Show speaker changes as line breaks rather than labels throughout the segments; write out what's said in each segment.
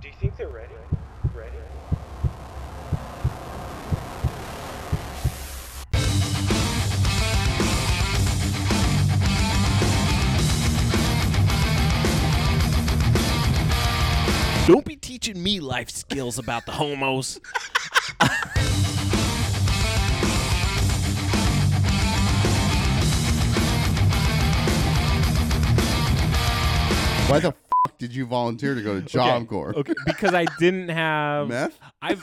Do you think they're ready? Ready?
Don't be teaching me life skills about the homos.
Why the fuck did you volunteer to go to Job
Okay,
Corps?
Okay, because I didn't have
Meth?
I've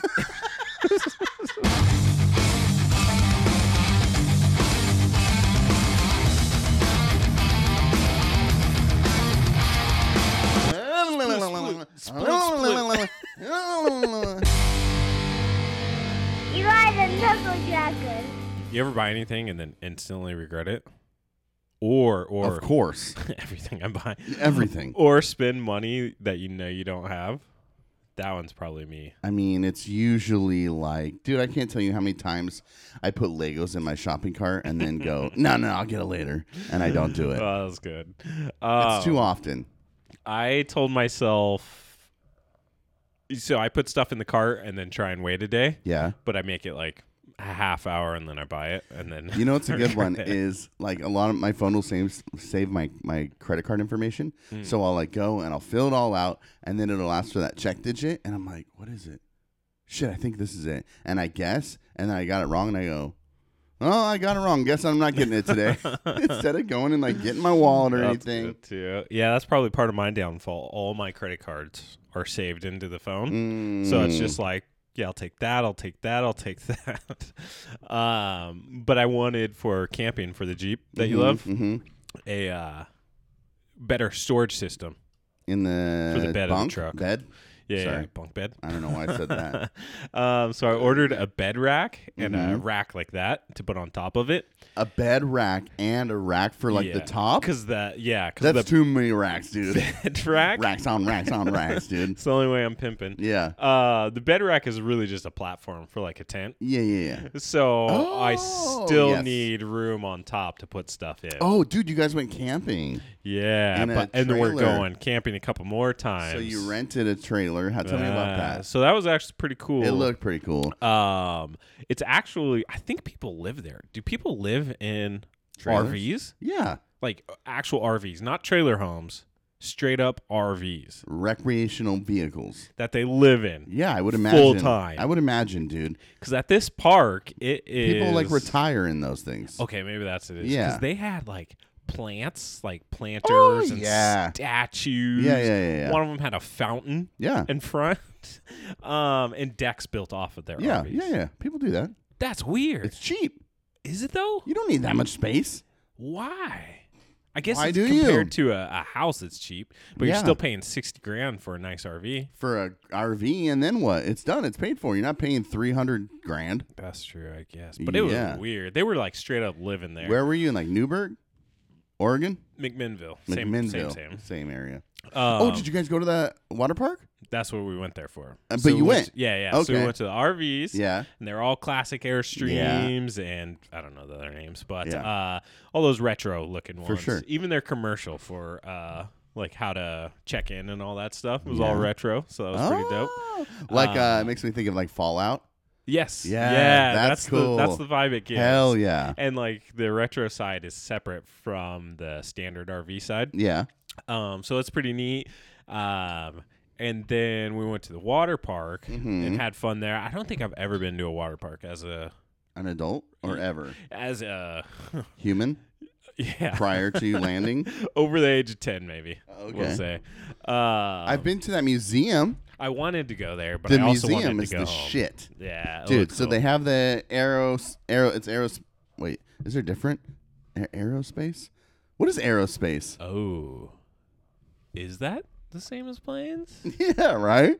You are the knuckle jackers.
You ever buy anything and then instantly regret it? Or or
Of course.
everything I'm buying.
Everything.
Or spend money that you know you don't have. That one's probably me.
I mean, it's usually like, dude, I can't tell you how many times I put Legos in my shopping cart and then go, no, no, I'll get it later. And I don't do it.
Oh, that was good.
it's
Um,
too often.
I told myself so I put stuff in the cart and then try and wait a day,
Yeah.
but I make it like a half hour and then I buy it and then
You know what's a good one is like a lot of my phone will save save my my credit card information,
Hmm.
so I'll like go and I'll fill it all out, and then it'll ask for that check digit, and I'm like, what is it? Shit, I think this is it, and I guess, and then I got it wrong, and I go, oh, I got it wrong. Guess I'm not getting it today. Instead of going and like getting my wallet or
That's
anything.
good, too. Yeah, that's probably part of my downfall. All my credit cards are saved into the phone. So it's
Mm.
just like, yeah, I'll take that, I'll take that, I'll take that. um, but I wanted for camping for the Jeep that you
Mhm,
love
mhm.
a uh, better storage system.
in the
For the bed of the
bunk,
truck.
bed.
Yeah, yeah,
Sorry.
bunk bed.
I don't know why I said that.
um, so I ordered a bed rack and a
Mhm.
rack like that to put on top of it.
a bed rack and a rack for like the top.
Because the, yeah, because
That's
the
too many racks, dude.
bed rack,
racks on racks on racks, dude.
it's the only way I'm pimping.
Yeah.
Uh, the bed rack is really just a platform for like a tent.
Yeah, yeah, yeah.
So I
Oh,
still
yes.
need room on top to put stuff in.
Oh, dude, you guys went camping.
yeah,
in a
but, and we're
trailer.
going camping a couple more times.
So you rented a trailer. How tell me
Uh,
about that.
So that was actually pretty cool.
It looked pretty cool.
Um, it's actually I think people live there. Do people live in
Trailers?
RVs?
Yeah.
Like uh, actual RVs, not trailer homes. Straight up RVs
Recreational vehicles.
that they live in.
Yeah, I would imagine.
Full time.
I would imagine, dude.
Because at this park, it is
People like retire in those things.
Okay, maybe that's it. Yeah,
Yeah. Oh,
because they had like plants, like planters and
yeah.
statues.
Yeah, yeah, yeah, yeah.
One of them had a fountain
Yeah.
in front, um, and decks built off of their
Yeah,
RVs.
yeah, yeah. People do that.
That's weird.
It's cheap.
Is it though?
You don't need that much space.
Why? I guess
Why
it's
do you?
compared to a, a house that's cheap, but
Yeah.
you're still paying sixty grand for a nice RV.
For a RV, and then what? It's done. It's paid for. You're not paying three hundred grand.
That's true, I guess. But it
Yeah.
was weird. They were like straight up living there.
Where were you in like Newburgh, Oregon,
McMinnville. Same,
McMinnville,
same, same.
same area.
Um,
oh, did you guys go to that water park?
That's what we went there for.
Uh, but
So
you
we
went.
to- yeah, yeah. So we
Okay.
went to the RVs.
Yeah.
And they're all classic Airstreams and I don't know the other names, but
Yeah.
uh, all those retro looking ones.
sure.
Even their commercial for uh, like how to check in and all that stuff was all
Yeah.
retro. So that was pretty dope. Um,
Oh. Like, uh, it makes me think of like Fallout.
Yes.
Yeah,
that's,
that's
the that's
cool.
the vibe it gives.
Hell yeah.
And like the retro side is separate from the standard RV side.
Yeah.
Um, so it's pretty neat. Um, and then we went to the water park
Mm-hmm.
and had fun there. I don't think I've ever been to a water park as a
An adult or ever.
as a
Human
yeah
prior to landing.
over the age of ten maybe.
Okay.
We'll say. Uh,
I've been to that museum.
I wanted to go there, but
The
I also
museum
wanted
is
to go
the
home.
shit.
Yeah, it
Dude,
looks
so
cool.
they have the aero, aero, it's aero, wait, is there different? A- aerospace? What is aerospace?
oh, is that the same as planes?
yeah, right?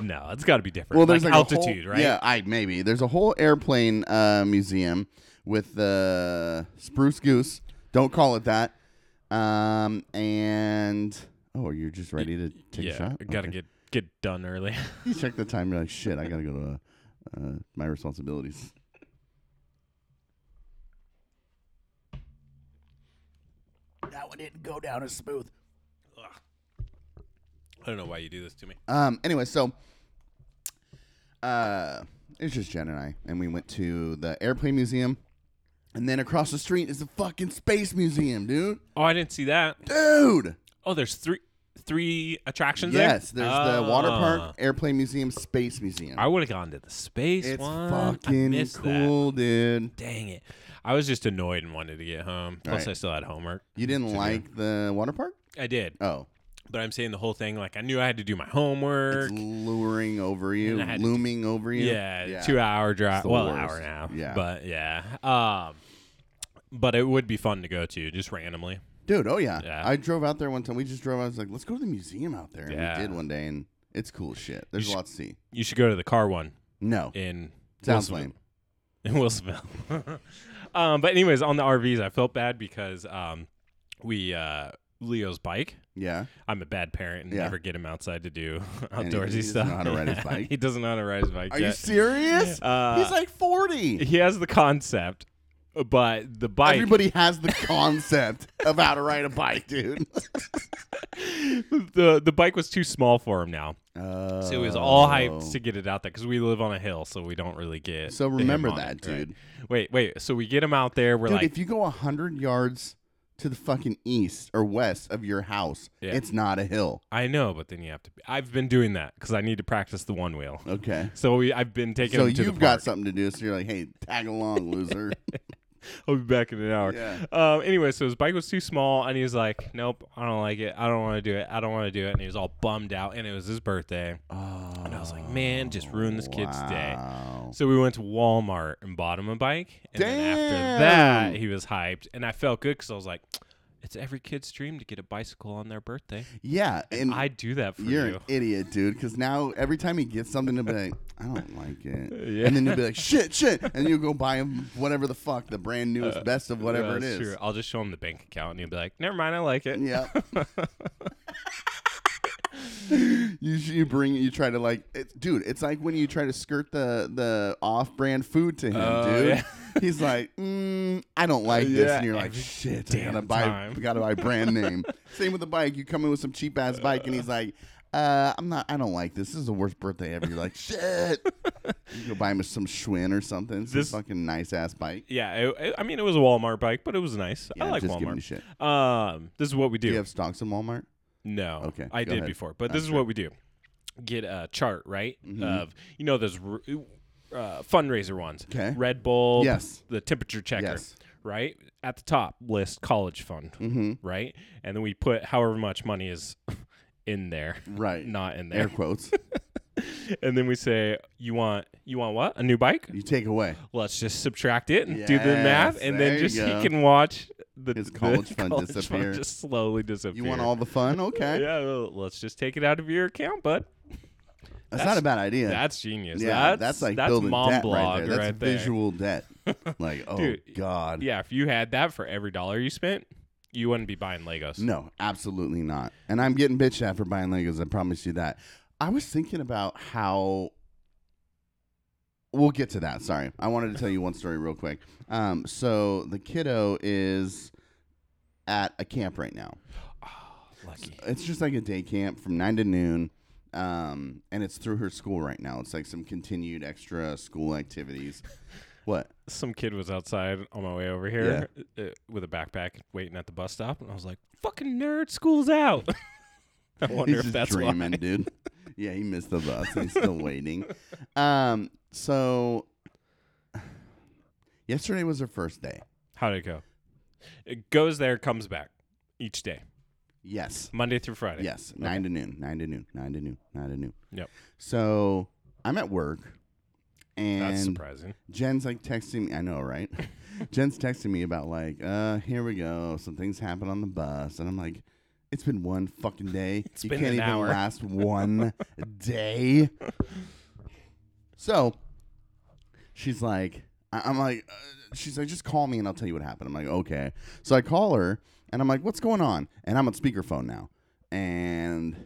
No, it's got to be different.
Well, there's
like,
like a whole-
altitude, right?
Yeah, I maybe. There's a whole airplane uh, museum with the spruce goose. Don't call it that. Um, and oh, you're just ready to take
yeah.
a shot.
Gotta get get done early.
You check the time. You're like, shit. I gotta go to uh, uh, my responsibilities. That one didn't go down as smooth.
I don't know why you do this to me.
Um. Anyway, so uh, it's just Jen and I, and we went to the airplane museum, and then across the street is the fucking space museum, dude.
Oh, I didn't see that.
Dude.
Oh, there's three three attractions there.
Yes, there's the water
Ah.
park, airplane museum, space museum.
I would have gone to the space
it's
one. I
fucking
missed
cool, dude.
That. Dang it! I was just annoyed and wanted to get home. Plus,
Right.
I still had homework.
You didn't like the water park?
I did,
Oh,
but I'm saying the whole thing. Like I knew I had to do my homework.
it's luring over you,
And I had to-
looming over you.
Yeah, two hour drive.
the
Well, hour
worst.
and a half.
Yeah.
but yeah. Um, but it would be fun to go to just randomly.
Dude, oh yeah.
Yeah.
I drove out there one time. We just drove. I was like, let's go to the museum out there. And
Yeah.
we did one day, and it's cool shit. There's
should-
a lot to see.
You should go to the car one
No,
in
sounds
Wilsonville.
lame.
in Wilsonville. um, but anyways, on the RVs, I felt bad because um, we uh, Leo's bike.
Yeah,
I'm a bad parent and
Yeah.
never get him outside to do
he-
outdoorsy
he doesn't
stuff.
know how to ride his bike?
he doesn't know how to ride his bike.
are you
yet.
serious?
Uh,
He's like forty.
he has the concept, but the bike.
Everybody has the concept of how to ride a bike, dude.
the the bike was too small for him now.
Oh.
So it was all hyped to get it out there because we live on a hill, so we don't really get.
So
him
remember
on
that,
it, right?
dude.
Wait, wait. So we get him out there. We're
Dude,
like,
if you go hundred yards to the fucking east or west of your house,
Yeah.
it's not a hill.
I know, but then you have to. Be, I've been doing that because I need to practice the one wheel.
Okay.
So we, I've been taking
So
him to
you've
the
got
park.
something to do. So you're like, hey, tag along, loser.
I'll be back in an hour.
Yeah.
Um, anyway, so his bike was too small, and he was like, "Nope, I don't like it. I don't want to do it. I don't want to do it." And he was all bummed out, and it was his birthday.
oh,
And I was like, "Man, just ruined this kid's day."
wow.
So we went to Walmart and bought him a bike. And then after that,
Damn.
he was hyped, and I felt good because I was like, "It's every kid's dream to get a bicycle on their birthday.
Yeah, and
I do that for
you're
you."
an idiot, dude. Because now every time he gets something, he'll be like, I don't like it,
Yeah.
and then he'll be like, shit, shit, and you'll go buy him whatever the fuck, the brand newest, best of whatever
Yeah,
it
Uh, that's
is.
true. I'll just show him the bank account, and he'll be like, "Never mind, I like it."
Yeah. you sh- you bring you try to like it, dude. It's like when you try to skirt the the off brand food to him,
Oh,
dude.
yeah. Uh,
He's like, mm, I don't like this,
Yeah,
and you're like,
every
shit, I gotta
damn
buy,
time.
gotta buy brand name. Same with the bike. You come in with some cheap ass bike, and he's like. Uh, I'm not. I don't like this. This is the worst birthday ever. You're like, shit. You go buy him some Schwinn or something. Some
This-
fucking nice ass bike.
Yeah, it, it- I mean, it was a Walmart bike, but it was nice. I
Yeah,
like
just give him
Walmart.
shit.
Um, this is what we do.
Do you have stocks in Walmart?
no,
Okay,
I
go
did
ahead.
before, but
Ah,
this is
sure.
what we do. Get a chart, right?
Mm-hmm.
Of you know those r- uh, fundraiser ones.
'Kay.
Red Bull.
Yes.
The temperature checker.
Yes. Mm-hmm.
Right at the top list, college fund. Right, and then we put however much money is in there,
Right.
not in
Air
there,
quotes.
and then we say you want you want what a new bike.
you take away.
let's just subtract it and do the math,
Yes,
and
there
then
you
just he
go.
can watch the
His
the
college fund
college
disappear.
just slowly disappear.
You want all the fun? Okay.
Yeah, well, let's just take it out of your account, bud.
That's, not a bad idea.
That's genius.
yeah,
that's,
like
that's
building
mom
debt
blog
right there. That's
there.
visual debt. Like, oh
Dude,
god.
Yeah, if you had that for every dollar you spent, you wouldn't be buying Legos.
No, absolutely not. And I'm getting bitched at for buying Legos. I promise you that. I was thinking about how. We'll get to that. Sorry, I wanted to tell you one story real quick. Um, so the kiddo is at a camp right now.
Lucky.
It's just like a day camp from nine to noon, um, and it's through her school right now. It's like some continued extra school activities. What?
Some kid was outside on my way over here uh, with a backpack waiting at the bus stop, and I was like, "Fucking nerd, school's out." I wonder
He's
if
just
that's why.
dreaming, dude. Yeah, he missed the bus. He's still waiting. Um, so yesterday was her first day.
How did it go? It goes there, comes back each day,
Yes.
Monday through Friday.
Yes. Nine to noon. Nine to noon. Nine to noon. Nine to noon.
Yep.
So I'm at work and
That's surprising.
Jen's like texting me. I know, right? Jen's texting me about like, uh, here we go. Some things happen on the bus, and I'm like, it's been one fucking day. you
been
can't
an
even
hour.
last one day. So she's like, I- I'm like, uh, she's like, just call me and I'll tell you what happened. I'm like, okay. So I call her and I'm like, what's going on? And I'm on speakerphone now. And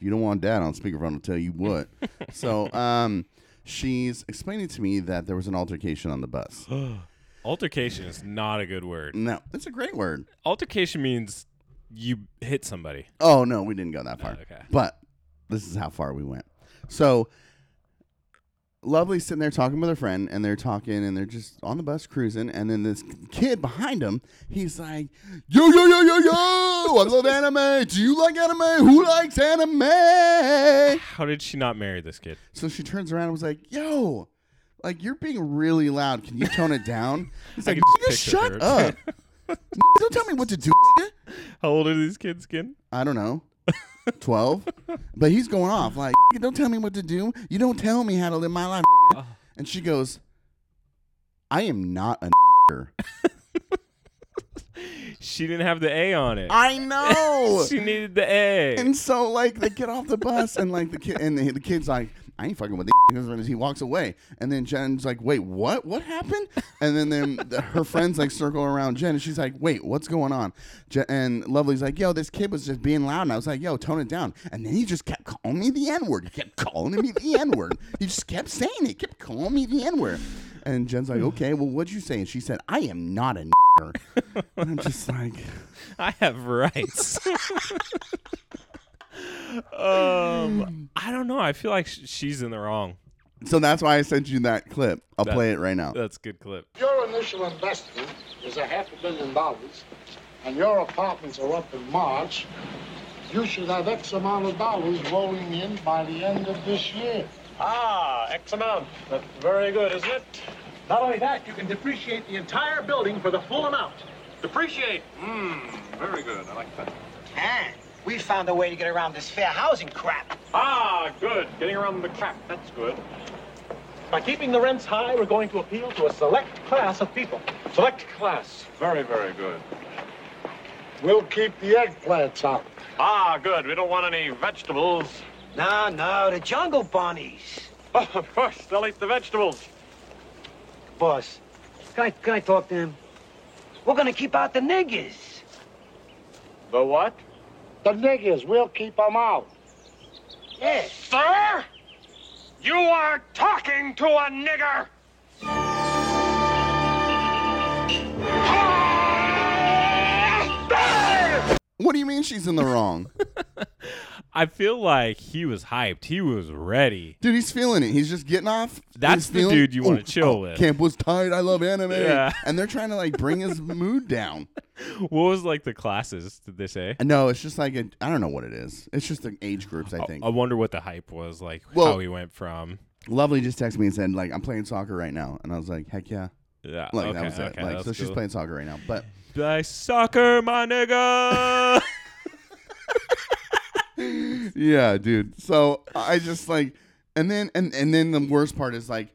you don't want dad on speakerphone to tell you what. so um, she's explaining to me that there was an altercation on the bus.
Altercation is not a good word.
no, that's a great word.
Altercation means you hit somebody.
Oh, no, we didn't go that far.
okay.
But this is how far we went. So Lovely's sitting there talking with her friend, and they're talking, and they're just on the bus cruising. And then this kid behind him, he's like, "Yo, yo, yo, yo, yo! I love anime. Do you like anime? Who likes anime?"
How did she not marry this kid?
So she turns around and was like, "Yo, like you're being really loud. Can you tone it down?" He's
I
like,
can just picture
"Nigga, shut
her."
up. Nigga, Don't tell me what to do. nigga."
How old are these kids, kid?
I don't know, 12. but he's going off like, "You don't tell me what to do. You don't tell me how to live my life. nigga." And she goes, I am not a nigger.
She didn't have the A on it.
I know.
she needed the A.
and so like they get off the bus and like the kid and the, the kid's like, I ain't fucking with these niggas," and he walks away. And then Jen's like, wait, what? What happened? And then them, the, her friends like circle around Jen and she's like, wait, what's going on? Je- and Lovely's like, yo, this kid was just being loud. And I was like, yo, tone it down. And then he just kept calling me the N word. He kept calling me the N word. He just kept saying it. Kept calling me the N word. And Jen's like, okay, well, what'd you say? And she said, I am not a nigger. And I'm just like,
I have rights. um, I don't know. I feel like sh- she's in the wrong.
so that's why I sent you that clip. I'll play it right now.
That's a good clip.
Your initial investment is a half a billion dollars, and your apartments are up in March. You should have X amount of dollars rolling in by the end of this year.
Ah, X amount. That's very good, isn't it? Not only that, you can depreciate the entire building for the full amount. Depreciate. Mmm, very good. I like that.
Ah, we found a way to get around this fair housing crap.
Ah, good. Getting around the crap. That's good. By keeping the rents high, we're going to appeal to a select class of people. Select class. Very, very good.
We'll keep the eggplants out.
Ah, good. We don't want any vegetables.
No, no, the jungle bunnies.
Oh, of course, they'll eat the vegetables.
Boss, can I, can I talk to him? We're gonna keep out the niggas.
The what?
The niggers, we'll keep them out.
Yes.
Oh, Sir? You are talking to a nigger! Ah! Ah!
What do you mean she's in the wrong?
I feel like he was hyped. He was ready.
dude, he's feeling it. He's just getting off.
That's
He's
the
feeling-
dude you wanna
Ooh,
chill with.
Camp was tight. I love anime.
Yeah.
And they're trying to like bring his mood down.
What was like the classes? Did they say?
And No, it's just like a, I don't know what it is. It's just the age groups. I think.
I wonder what the hype was like.
Well-
how he went from.
Lovely just texted me and said like I'm playing soccer right now, and I was like heck yeah.
Yeah,
Like
okay,
that was
okay,
it. Like
that's
so she's
cool.
playing soccer right now, but
Play soccer, my nigga.
yeah, dude. So I just like, and then and and then the worst part is like,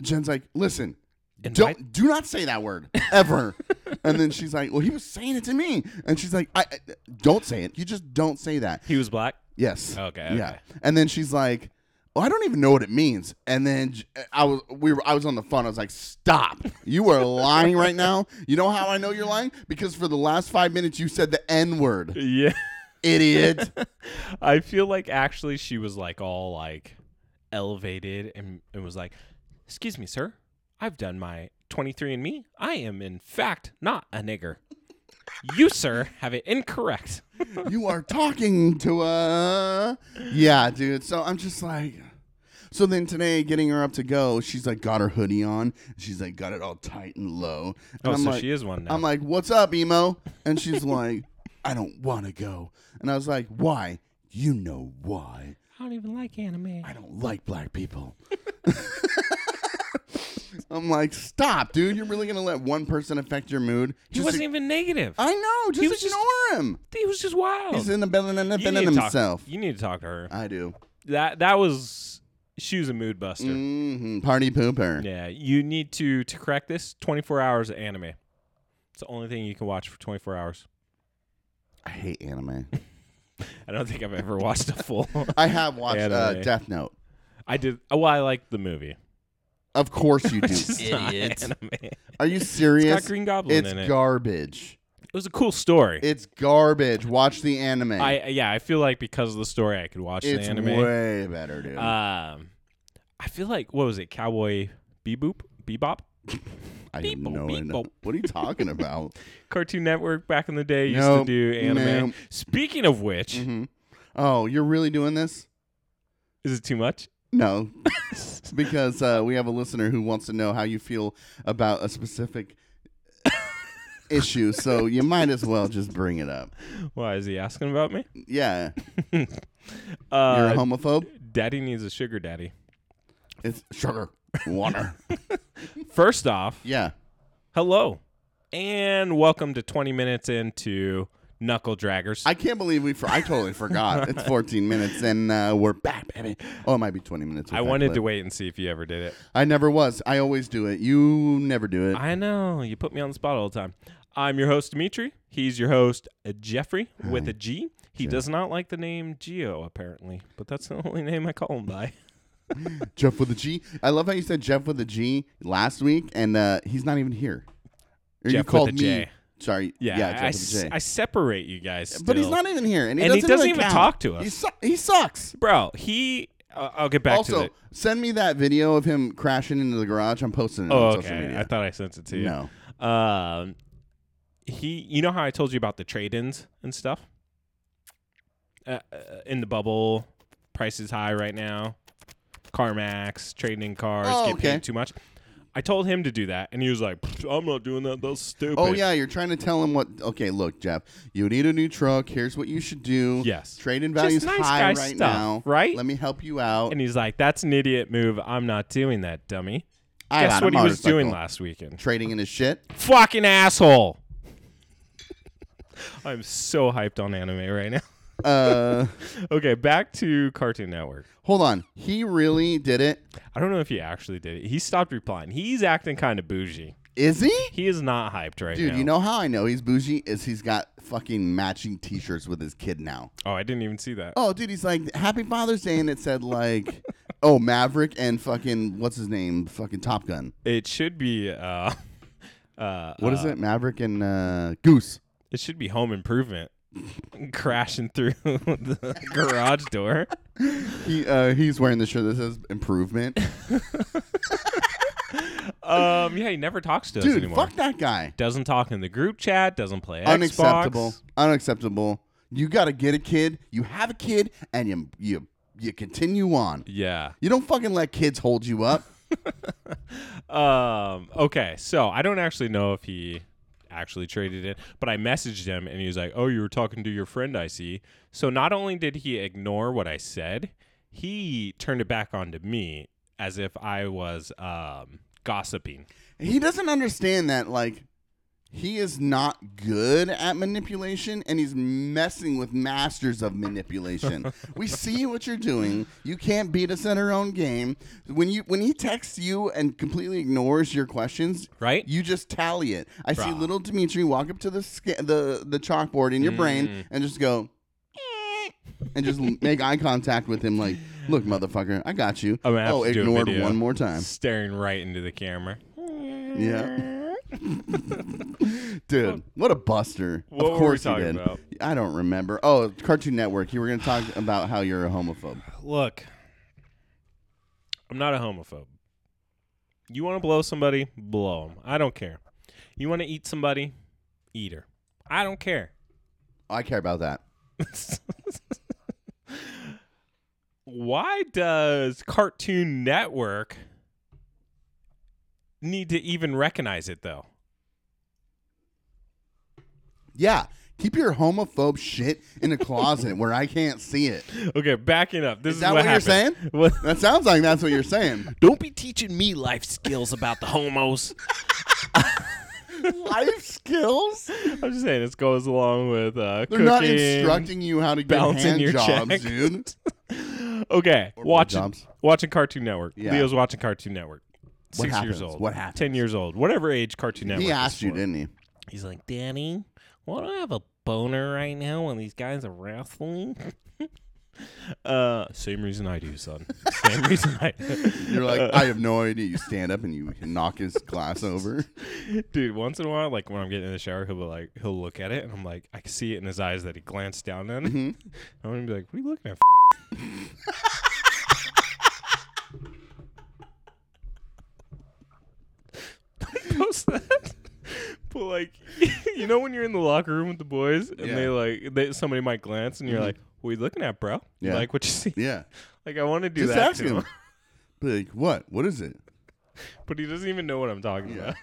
Jen's like, listen,
Invite-
don't do not say that word ever. and then she's like, well, he was saying it to me, and she's like, I, I don't say it. You just don't say that.
he was black.
Yes.
Okay,
Yeah.
okay.
And then she's like, well, I don't even know what it means. And then j- I was we were I was on the phone. I was like, stop. You are lying right now. You know how I know you're lying? Because for the last five minutes you said the N word.
Yeah.
Idiot.
I feel like actually she was like all like elevated and, and was like, "Excuse me, sir. I've done my 23andMe. I am in fact not a nigger. You, sir, have it incorrect."
you are talking to a yeah dude so i'm just like so then today getting her up to go she's like got her hoodie on she's like got it all tight and low and
Oh,
I'm
so
like-
she is one now.
i'm like what's up emo and she's like i don't want to go and i was like why you know why
I don't even like anime.
i don't like black people i'm like stop dude you're really gonna let one person affect your mood
He
Just
wasn't
ig-
even negative.
i know just
was just-
ignore him
he was just wild.
he's in the building and
you,
defending
need to talk,
himself
you need to talk to her.
i do
That that was she was a mood buster.
hmm Party pooper.
Yeah, you need to to correct this. 24 hours of anime. It's the only thing you can watch for 24 hours.
I hate anime.
I don't think I've ever watched a full.
I have watched uh,
Anime.
Death Note.
I did. oh, Well, I liked the movie.
Of course you do.
It's not anime. It
Are you serious?
got Green Goblin
It's
in it.
garbage.
was a cool story.
It's garbage. Watch the anime.
I yeah, I feel like because of the story, I could watch
it's
the anime.
way better, dude.
um, I feel like what was it, Cowboy Bebop, Bebop,
I have
beeple,
no idea.
beeple.
What are you talking about?
Cartoon Network back in the day used
Nope, Mm-hmm.
to do anime.
nope.
Speaking of which,
"Oh, you're really doing this?"
Is it too much?
No, because uh, we have a listener who wants to know how you feel about a specific issue. So you might as well just bring it up.
Why is he asking about me?
Yeah, you're a
Uh,
homophobe.
daddy needs a sugar daddy.
It's sugar, water.
First off,
yeah,
hello, and welcome to 20 minutes into Knuckle Draggers.
I can't believe we. For- I totally forgot. It's 14 minutes, and uh, we're back, baby. Oh, it might be 20 minutes. with
I
that
wanted
clip.
to wait and see if you ever did it.
I never was. I always do it. You never do it.
I know. You put me on the spot all the time. I'm your host, Dimitri. He's your host, uh, Jeffrey, with a G. He does not like the name Geo, apparently, but that's the only name I call him by.
Jeff with a G. I love how you said Jeff with a G last week, and uh, he's not even here. Or
Jeff
you
with
called
a
me.
J.
Sorry.
Yeah,
yeah
I,
Jeff with a
s-
J.
I separate you guys.
but he's
still.
not even here, and he
And he
doesn't,
doesn't
really
even
count.
talk to us.
He, su- he sucks.
Bro, he. Uh, I'll get back to
also,
it.
send me that video of him crashing into the garage. I'm posting it
Oh,
on social
okay.
media.
I thought I sent it to you.
no.
Um, he, you know how I told you about the trade-ins and stuff. Uh, uh, in the bubble, price is high right now. CarMax trading in cars,
Oh,
get
okay.
paid too much. I told him to do that, and he was like, "Pfft, "I'm not doing that. That's stupid."
Oh yeah, you're trying to tell him what? Okay, look, Jeff, you need a new truck. Here's what you should do.
Yes.
trade in
Just
value's
nice guy
high
stuff,
right now.
right?
Let me help you out.
And he's like, "That's an idiot move. I'm not doing that, dummy."
I
Guess
got a
what he was
motorcycle.
doing last weekend?
Trading in his shit.
Fucking asshole. I'm so hyped on anime right now.
Uh,
okay, back to Cartoon Network.
hold on. He really did it.
I don't know if he actually did it. He stopped replying. He's acting kind of bougie.
Is he?
He is not hyped right
Dude,
now.
you know how I know he's bougie is he's got fucking matching T-shirts with his kid now.
Oh, I didn't even see that.
Oh, dude, he's like Happy Father's Day, and it said like, oh Maverick and fucking what's his name, fucking Top Gun.
It should be. Uh, uh,
What is
uh,
it? Maverick and uh, Goose.
It should be Home Improvement. Crashing through the garage door.
He uh, he's wearing the shirt that says improvement.
Um, yeah, he never talks to us
Dude,
anymore.
fuck that guy.
Doesn't talk in the group chat. Doesn't play
Unacceptable.
Xbox.
Unacceptable. You gotta get a kid. You have a kid, and you you you continue on.
Yeah.
You don't fucking let kids hold you up.
Um. Okay. So I don't actually know if he actually traded it, but I messaged him and he was like, "Oh, you were talking to your friend. I see." So not only did he ignore what I said, he turned it back onto me as if I was um gossiping.
He doesn't understand that like he is not good at manipulation and he's messing with masters of manipulation. we see what you're doing. You can't beat us at our own game. When you when he texts you and completely ignores your questions,
Right?
You just tally it. I see
Bruh.
little Dimitri walk up to the sca- the the chalkboard in your
Mm.
brain and just go and just make eye contact with him like, "Look, motherfucker, I got you."
I'm gonna have
oh,
to do a
ignored
video.
one more time.
Staring right into the camera.
Yeah. Dude, what a buster.
What were
of
we
course
talking
he did.
about?
I don't remember. Oh, Cartoon Network. You were going to talk about how you're a homophobe.
Look, I'm not a homophobe. You want to blow somebody, blow them. I don't care. You want to eat somebody, eat her. I don't care.
I care about that.
Why does Cartoon Network need to even recognize it though?
Yeah. Keep your homophobe shit in a closet where I can't see it.
Okay, backing up. This is,
Is that
what,
what you're
happened.
saying?
What-
That sounds like that's what you're saying.
Don't be teaching me life skills about the homos.
Life skills?
I'm just saying this goes along with uh,
They're not
cooking.
instructing you how to get
balancing
hand
your
jobs,
check.
dude.
Okay, watching
blowjobs.
watching Cartoon Network.
Yeah.
Leo's watching Cartoon Network.
What
Six
happens?
years old.
What happens?
Ten years old. Whatever age Cartoon Network.
He
is
asked you,
for.
didn't he?
He's like, Danny, why do I have a boner right now when these guys are wrestling? uh, same reason I do, son. Same reason I.
You're like, I have no idea. You stand up and you knock his glass over.
Dude, once in a while, like when I'm getting in the shower, he'll be like, he'll look at it, and I'm like, I can see it in his eyes that he glanced down at.
Mm-hmm.
it. I'm gonna be like, what are you looking at? f-?" Post that. But like, you know when you're in the locker room with the boys and
Yeah. Mm-hmm.
they like, they, somebody might glance and you're like, "What are you looking at, bro? You
Yeah.
Like what you see?
Yeah.
Like I want to do
Just
that
ask
to him.
him. Be like, what? What is it?
but he doesn't even know what I'm talking about.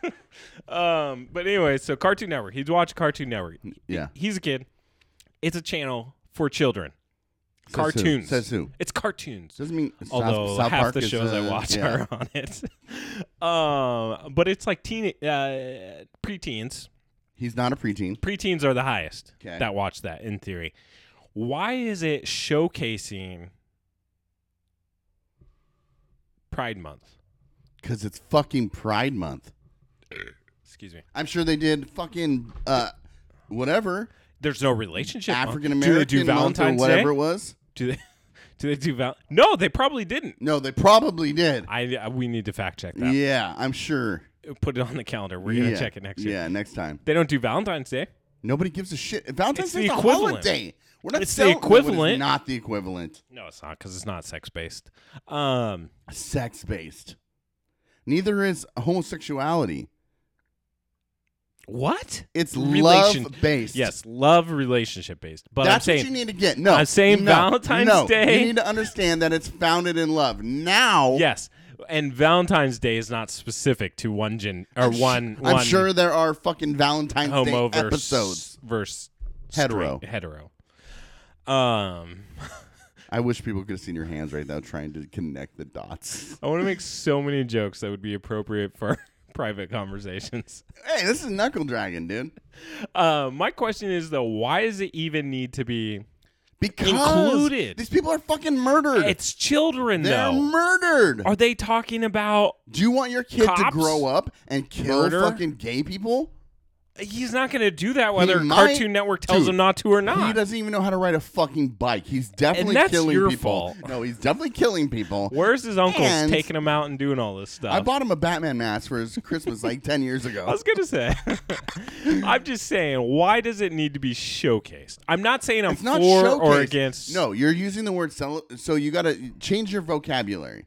um, but anyway, so Cartoon Network. He'd watch Cartoon Network.
Yeah.
He's a kid. It's a channel for children.
Says who?
Cartoons.
Says who?
It's cartoons.
Doesn't mean South-
Although
South,
half
Park
the
is,
shows I
uh,
watch
yeah.
are on it. um, but it's like teen, uh, preteens.
He's not a preteen.
Preteens are the highest
'Kay.
that watch that in theory. Why is it showcasing Pride Month?
Because it's fucking Pride Month.
Excuse me.
I'm sure they did fucking uh, whatever
There's no relationship. month.
African
Do they do
American month or
Valentine's
whatever
Day?
it was.
Do they? Do they do val? No, they probably didn't.
No, they probably did.
I, I- we need to fact check that.
Yeah, I'm sure.
Put it on the calendar. We're gonna
yeah.
check it next year.
Yeah, next time.
They don't do Valentine's Day.
Nobody gives a shit. Valentine's
It's the
Day's a
equivalent.
holiday. We're not
It's the
selling- no, it is
equivalent.
not the equivalent.
No, it's not because it's not sex based. Um,
Sex based. Neither is homosexuality.
what?
It's
Relation-
love-based.
Yes, love relationship based. But
That's
I'm
what you
saying
need to get. No,
I'm saying
no,
Valentine's
no.
Day-
You need to understand that it's founded in love. Now,
yes, and Valentine's Day is not specific to one gen or
I'm su-
one.
I'm
one
sure there are fucking Valentine's
homo
Day
verse
episodes.
verse
Hetero.
straight- hetero. Um.
I wish people could have seen your hands right now trying to connect the dots.
I want to make so many jokes that would be appropriate for private conversations.
Hey, this is Knuckle Dragon, dude.
Uh, my question is though, why does it even need to be?
Because
Included.
these people are fucking murdered.
It's children
They're
though.
murdered.
Are they talking about?
Do you want your kid to
Cops?
grow up and kill
Murder?
fucking gay people?
He's not going to do that whether
might-
Cartoon Network tells
Dude,
him not to or
He
not.
doesn't even know how to ride a fucking bike. He's definitely
that's
killing
your
people.
fault.
No, he's definitely killing people.
Where's his uncle
And-
taking him out and doing all this stuff?
I bought him a Batman mask for his Christmas like 10 years ago.
I was gonna say. I'm just saying, why does it need to be showcased? I'm not saying I'm
it's not
for
showcased.
or against.
No, you're using the word cel- so you got to change your vocabulary.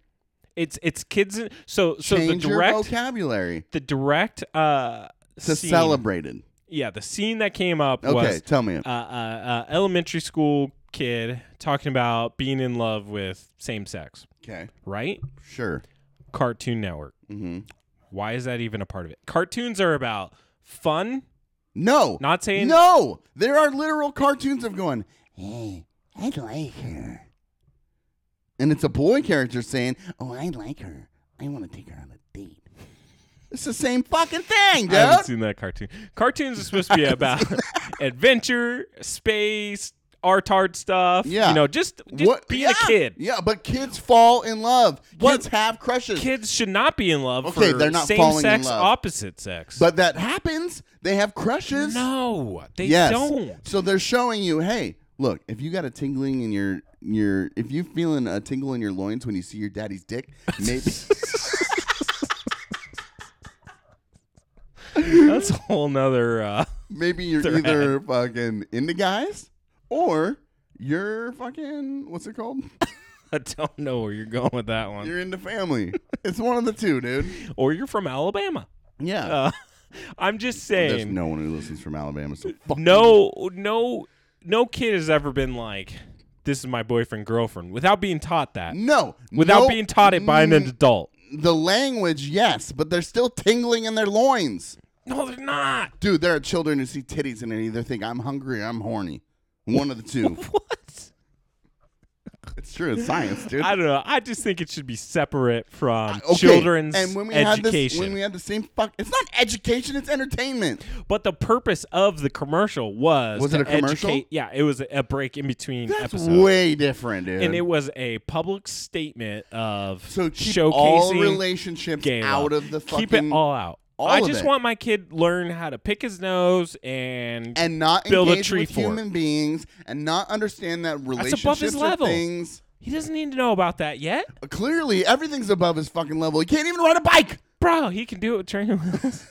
it's it's kids. In, so so
change
the
your
direct
vocabulary
the direct uh
to
scene-
celebrated.
yeah the scene that came up
Okay,
was
tell me.
uh, uh, uh, elementary school kid talking about being in love with same sex
okay,
right
sure.
cartoon network
Mm-hmm.
why is that even a part of it cartoons are about fun
No,
Not saying-
no. There are literal cartoons of going. Hey, I like her. And it's a boy character saying, "Oh, I like her. I want to take her on a date." It's the same fucking thing,
i haven't
dude.
seen that cartoon cartoons are supposed to be about adventure space art art stuff
Yeah.
you know just, just being
yeah,
a kid
Yeah, but kids fall in love.
What-
Kids have crushes.
kids should not be in love
Okay,
for
they're not
same
falling in
sex
love.
opposite sex
But that happens. They have crushes.
no they
yes.
don't
So they're showing you, hey, look, if you got a tingling in your your if you feeling a tingle in your loins when you see your daddy's dick, maybe
That's a whole nother. Uh,
maybe you're
Thread.
either fucking into guys or you're fucking what's it called?
I don't know where you're going with that one.
You're into family. it's one of the two, dude.
or you're from Alabama.
Yeah.
Uh, I'm just
There's
saying.
no one who listens from Alabama, so fuck you.
no, no, no kid has ever been like, "This is my boyfriend, girlfriend," without being taught that.
No.
Without
No.
being taught it by an
Mm,
adult.
The language, yes, but they're still tingling in their loins.
No, they're not.
Dude, there are children who see titties and they either think I'm hungry or I'm horny. One of the two.
What?
it's true. It's science, dude.
I don't know. I just think it should be separate from
Uh, Okay,
children's
and when we
education.
Had this, when we had the same fuck, it's not education. It's entertainment.
but the purpose of the commercial was
Was
to
it a commercial?
educate- Yeah, it was a break in between
That's
episodes.
way different, dude.
and it was a public statement of
so keep
showcasing
all relationships
gay love.
out of the fucking
keep it all out.
all
I
of
just
it.
want my kid learn how to pick his nose and
and not
build a
engage
tree
with
fort.
human beings and not understand that relationships
above his
are
level.
things.
he doesn't need to know about that yet,
Clearly, everything's above his fucking level. He can't even ride a bike.
bro. He can do it with training wheels.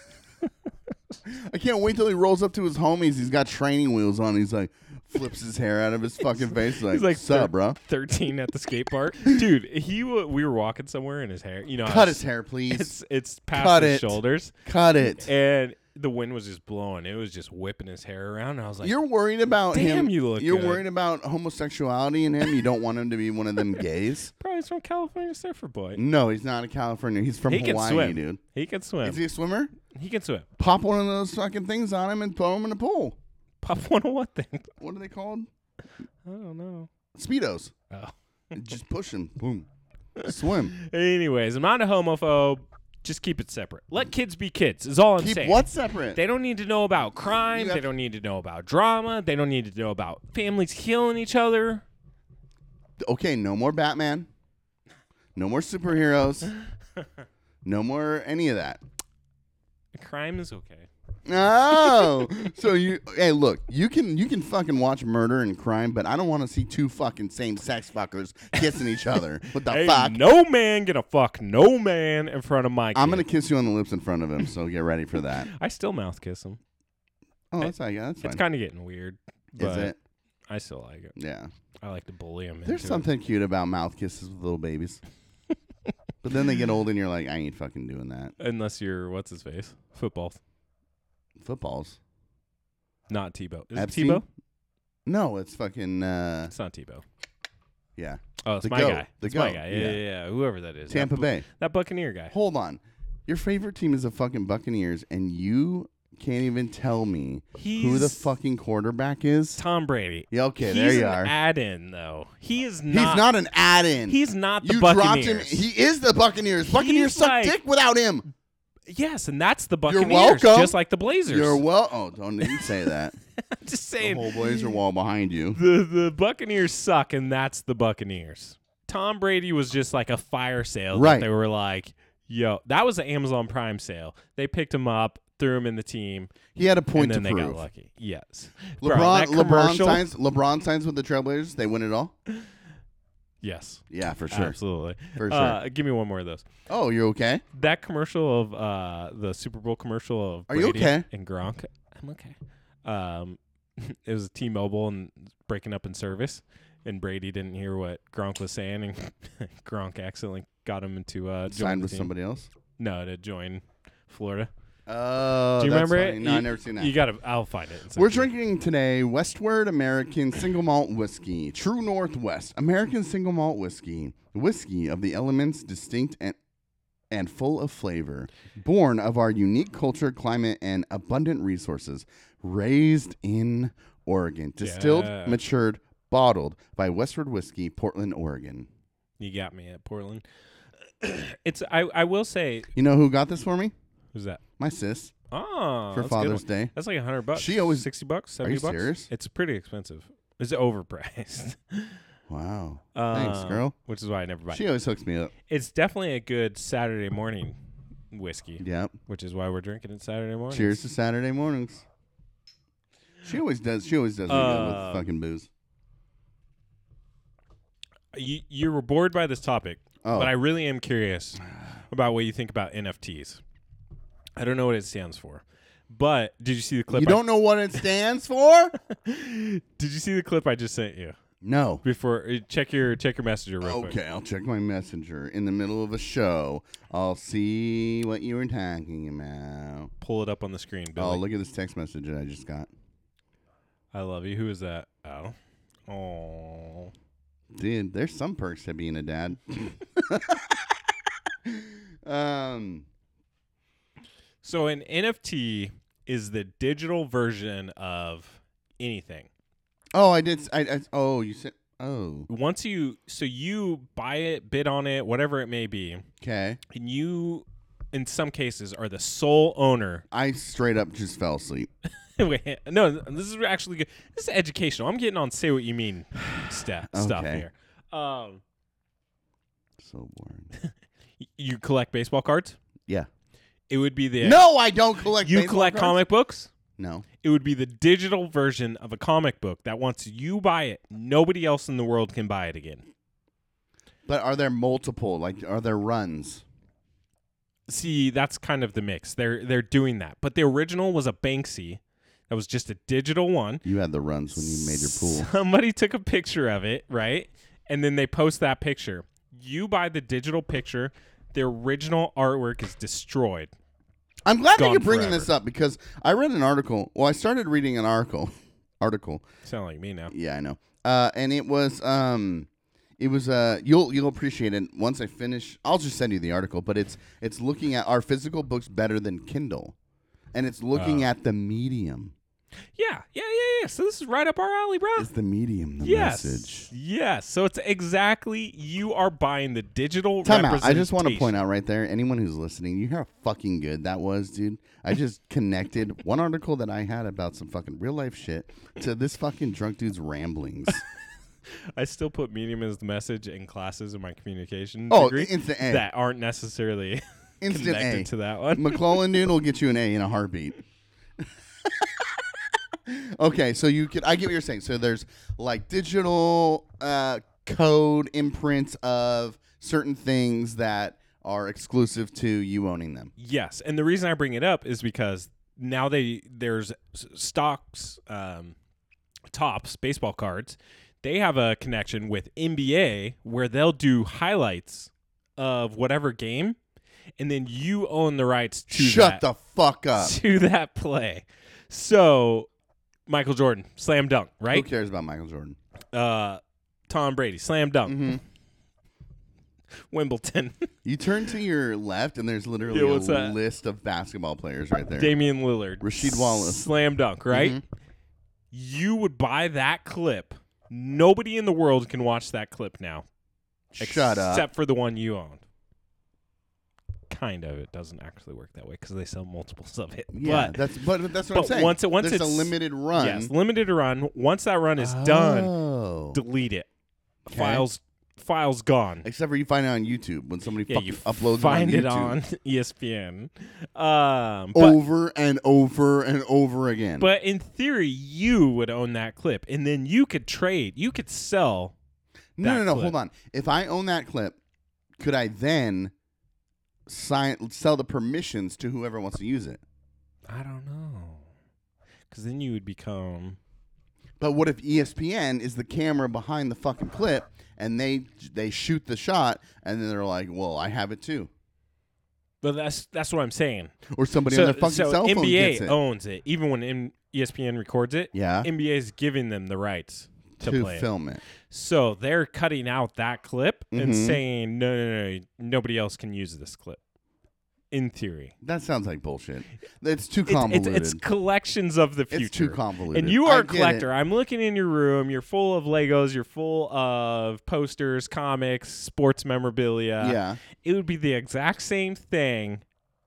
I can't wait till he rolls up to his homies. He's got training wheels on. He's like, flips his hair out of his fucking face. Like,
He's like
sup,
thir-
bro?
thirteen at the skate park, dude. He wa we were walking somewhere and his hair, you know, I
Cut
was-
his hair, please.
It's it's past
Cut
his
it.
shoulders,
Cut it.
and the wind was just blowing. It was just whipping his hair around. And I was like,
You're worried about
Damn,
him.
you look
You're
good.
worried about homosexuality in him. You don't want him to be one of them gays.
probably he's from California surfer boy.
No, he's not a California. He's from
He can
Hawaii,
swim,
dude.
He can swim.
Is he a swimmer?
he can swim.
Pop one of those fucking things on him and throw him in the pool.
Pop 101 thing.
What are they called?
I don't know.
Speedos.
Oh.
Just push him. Boom. Swim.
Anyways, I'm not a homophobe. Just keep it separate. Let kids be kids. Is all I'm
Keep
saying.
what separate?
They don't need to know about crime.
You have-
They don't need to know about drama. They don't need to know about families killing each other.
okay, no more Batman. No more superheroes. no more any of that.
Crime is okay.
Oh, so you? Hey, look, you can you can fucking watch murder and crime, but I don't want to see two fucking same sex fuckers kissing each other. What the
Ain't
fuck?
no man gonna fuck no man in front of my.
I'm
kid.
gonna kiss you on the lips in front of him, so get ready for that.
I still mouth kiss him.
Oh, that's I guess that's
It's
fine.
kind of getting weird.
Is
But
it?
I still like it.
Yeah.
I like to bully him.
There's
into it.
something cute about mouth kisses with little babies. but then they get old, and you're like, I ain't fucking doing that.
Unless you're what's his face? Football,
Footballs.
not Tebow. Is
Epstein?
it Tebow?
No, it's fucking uh,
It's not Tebow.
yeah.
Oh, it's
The
my
goat.
guy.
The
it's my
goat.
guy. Yeah, yeah,
Yeah.
yeah. Whoever that is. That
Tampa
Bu-
Bay.
That Buccaneer guy.
Hold on. Your favorite team is the fucking Buccaneers, and you can't even tell me who the
He's-
fucking quarterback is.
Tom Brady.
Yeah, okay,
He's
there you
an
are.
Add-in though. He is not.
He's not an add-in.
He's not the
you
Buccaneers.
dropped him. He is the Buccaneers. Buccaneers suck
like-
dick without him.
yes, and that's the
You're
Buccaneers.
welcome.
Just like the Blazers.
You're well. Oh, don't even say that.
I'm just
the
saying.
whole Blazer wall behind you.
the the Buccaneers suck, and that's the Buccaneers. Tom Brady was just like a fire sale. that
Right.
they were like, "Yo, that was an Amazon Prime sale." They picked him up, threw him in the team,
He had a point
and then
to
they
prove.
got lucky. Yes, Bro,
LeBron,
that
LeBron
commercial-
signs. LeBron signs with the Trailblazers. They win it all.
Yes,
Yeah, for sure.
absolutely.
For sure.
Uh, give me one more of those.
Oh, you're okay.
That commercial of uh, the Super Bowl commercial of
Are you
Brady
okay?
and Gronk. I'm okay. Um, it was T-Mobile and breaking up in service, and Brady didn't hear what Gronk was saying, and Gronk accidentally got him into uh, join
Signed
the
with
team.
somebody else.
No, to join Florida.
Oh,
Do you
that's
remember
funny.
it?
No,
you,
i never seen that.
You gotta. I'll find it. and send
We're
it to you.
drinking today Westward American Single Malt Whiskey, True Northwest American Single Malt Whiskey, whiskey of the elements, distinct and and full of flavor, born of our unique culture, climate, and abundant resources, raised in Oregon, distilled,
Yeah.
matured, bottled by Westward Whiskey, Portland, Oregon.
You got me at Portland. it's. I. I will say.
You know who got this for me?
Who's that?
My sis.
Oh, that's a
For
good
Father's
one.
Day.
That's like a hundred bucks.
She always-
sixty bucks,
Are
seventy
you
bucks.
serious?
It's pretty expensive. It's overpriced.
Wow. Thanks,
Um,
girl.
Which is why I never buy.
She
it.
always hooks me up.
It's definitely a good Saturday morning whiskey,
Yep.
which is why we're drinking it Saturday morning.
Cheers to Saturday mornings. She always does. She always does me good
Uh,
with fucking booze.
You you were bored by this topic,
Oh.
but I really am curious about what you think about NFTs. I don't know what it stands for, but did you see the clip?
You don't know what it stands for?
I, did you see the clip I just sent you
No.
before? uh, Check your check your messenger real quick.
Okay, I'll check my messenger in the middle of a show. I'll see what you were talking about.
Pull it up on the screen, Billy.
Oh, look at this text message that I just got.
I love you. Who is that? Oh, oh.
Dude, there's some perks to being a dad. um,
So an NFT is the digital version of anything.
oh, I did. s- I, I- oh, you said. Oh,
Once you so you buy it, bid on it, whatever it may be,
okay.
and you in some cases are the sole owner.
I straight up just fell asleep.
Wait, no, this is actually good. This is educational. I'm getting on say what you mean step stuff
Okay.
here. Um
So boring.
y- you collect baseball cards?
Yeah.
It would be the
No, I don't collect.
you
baseball
collect
cards.
comic books?
No.
It would be the digital version of a comic book that once you buy it, nobody else in the world can buy it again.
But are there multiple? Like, are there runs?
see that's kind of the mix they're they're doing that but the original was a banksy that was just a digital one
You had the runs when you made your pool.
somebody took a picture of it right and then they post that picture you buy the digital picture the original artwork is destroyed
I'm glad that
gone
you're bringing
forever.
this up because I read an article. Well, I started reading an article, article.
Sound like me now.
Yeah, I know. Uh, and it was um, it was uh, you'll you'll appreciate it once I finish. I'll just send you the article, but it's it's looking at are physical books better than Kindle, and it's
Oh.
looking at the medium.
Yeah, yeah, yeah, yeah. So this is right up our alley, bro.
Is the medium the
yes,
message?
yes. So it's exactly you are buying the digital.
Time out. I just want to point out right there, anyone who's listening, you hear how fucking good that was, dude. I just connected one article that I had about some fucking real life shit to this fucking drunk dude's ramblings.
I still put medium as the message in classes in my communication
Oh,
degree
instant A.
that aren't necessarily
Instant
connected
A.
to that one.
McClellan dude will get you an A in a heartbeat. okay, so you could I get what you're saying. So there's like digital uh, code imprints of certain things that are exclusive to you owning them.
Yes, and the reason I bring it up is because now they there's s- stocks, um, tops, baseball cards. They have a connection with NBA where they'll do highlights of whatever game, and then you own the rights to that,
Shut the fuck up.
to that play. So, Michael Jordan, slam dunk,
Who
right?
cares about Michael Jordan?
Uh, Tom Brady, slam dunk.
Mm-hmm.
Wimbledon,
You turn to your left and there's literally
Yeah,
a
what's that?
list of basketball players right there.
Damian Lillard,
Rasheed Wallace. Mm-hmm.
slam dunk, right? You would buy that clip. Nobody in the world can watch that clip now,
Shut up.
except for the one you owned. Kind of, it doesn't actually work that way because they sell multiples of it.
Yeah,
but
that's but that's what I'm
but
saying.
once it- once
there's
it's-
a limited run.
yes, limited run. Once that run is done,
Oh.
delete it.
Okay.
Files, files gone.
Except for you find it on YouTube when somebody
Yeah,
fucking
you
uploads
find
it
it
on
on E
YouTube Oh,
ESPN. Um, but-
over and over and over again.
But in theory, you would own that clip, and then you could trade. You could sell.
no,
that
no, no,
clip.
hold on. If I own that clip, could I then sign sell the permissions to whoever wants to use it?
I don't know, because then you would become.
But what if E ESPN is the camera behind the fucking clip and they they shoot the shot and then they're like, "Well, I have it too."
But that's that's what I'm saying.
Or somebody on their fucking
so
cell phone
NBA
gets it
owns it, even when E M- ESPN records it.
Yeah.
NBA is giving them the rights to,
to
play. it.
film it.
So they're cutting out that clip and
Mhm.
saying, no, no, no, nobody else can use this clip. In theory.
That sounds like bullshit. It's too
It's-
convoluted.
It's, it's, collections of the future.
It's too convoluted.
And you
I
are a
get it.
collector. I'm looking in your room. You're full of Legos. You're full of posters, comics, sports memorabilia.
yeah.
It would be the exact same thing,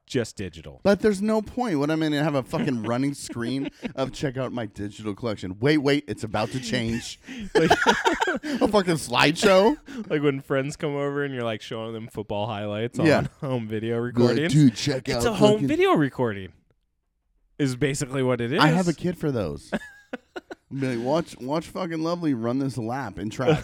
just digital.
But there's no point. What I'm going to have a fucking running screen of check out my digital collection. Wait, wait, it's about to change.
like,
a fucking slideshow.
like when friends come over and you're like showing them football highlights on
Yeah.
home video recording.
Like, dude, check out.
it's a home
fucking-
video recording. Is basically what it is.
I have a kid for those. I'll be like, watch, watch, fucking lovely, run this lap in track.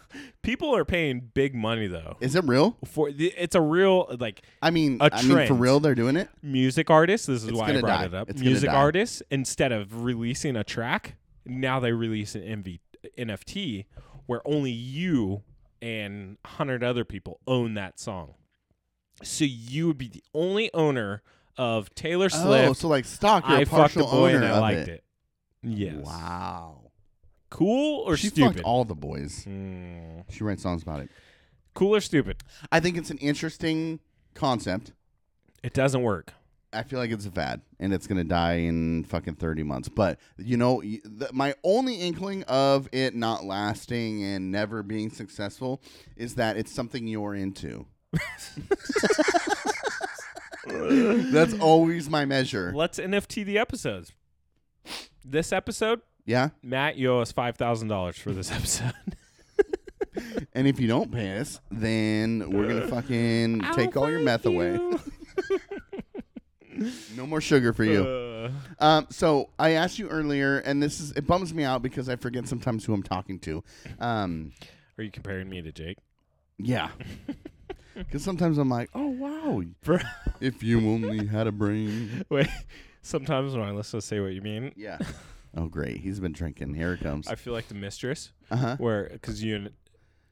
People are paying big money though.
Is it real?
For the- it's a real like
I mean,
A
I mean, for
trend.
real, they're doing it.
music artists. This is
It's
why I
gonna
brought
die.
it up.
It's gonna
music
die.
artists, instead of releasing a track, now they release an MV- NFT where only you and 100 other people own that song. So you would be the only owner of Taylor
Oh,
Swift.
so like stock, you're
I
a
fucked
partial
a boy and
owner
I
of
liked
it.
it. Yes.
Wow.
Cool or
she
stupid?
fucked all the boys.
Mm.
She writes songs about it.
Cool or stupid?
I think it's an interesting concept.
It doesn't work.
I feel like it's a fad and it's going to die in fucking 30 months. But, you know, y- the, my only inkling of it not lasting and never being successful is that it's something you're into. That's always my measure.
Let's NFT the episodes. This episode,
Yeah.
Matt, you owe us $5,000 for this episode.
And if you don't pay us, then we're going to fucking take all your meth away. No more sugar for you.
Uh,
Um, so I asked you earlier, and this is it bums me out because I forget sometimes who I'm talking to. Um,
are you comparing me to Jake?
yeah, because sometimes I'm like, oh wow, if you only had a brain.
Wait. Sometimes when I listen to say what you mean,
Yeah. Oh great, he's been drinking. Here it comes.
I feel like the mistress,
Uh huh.
where because you and-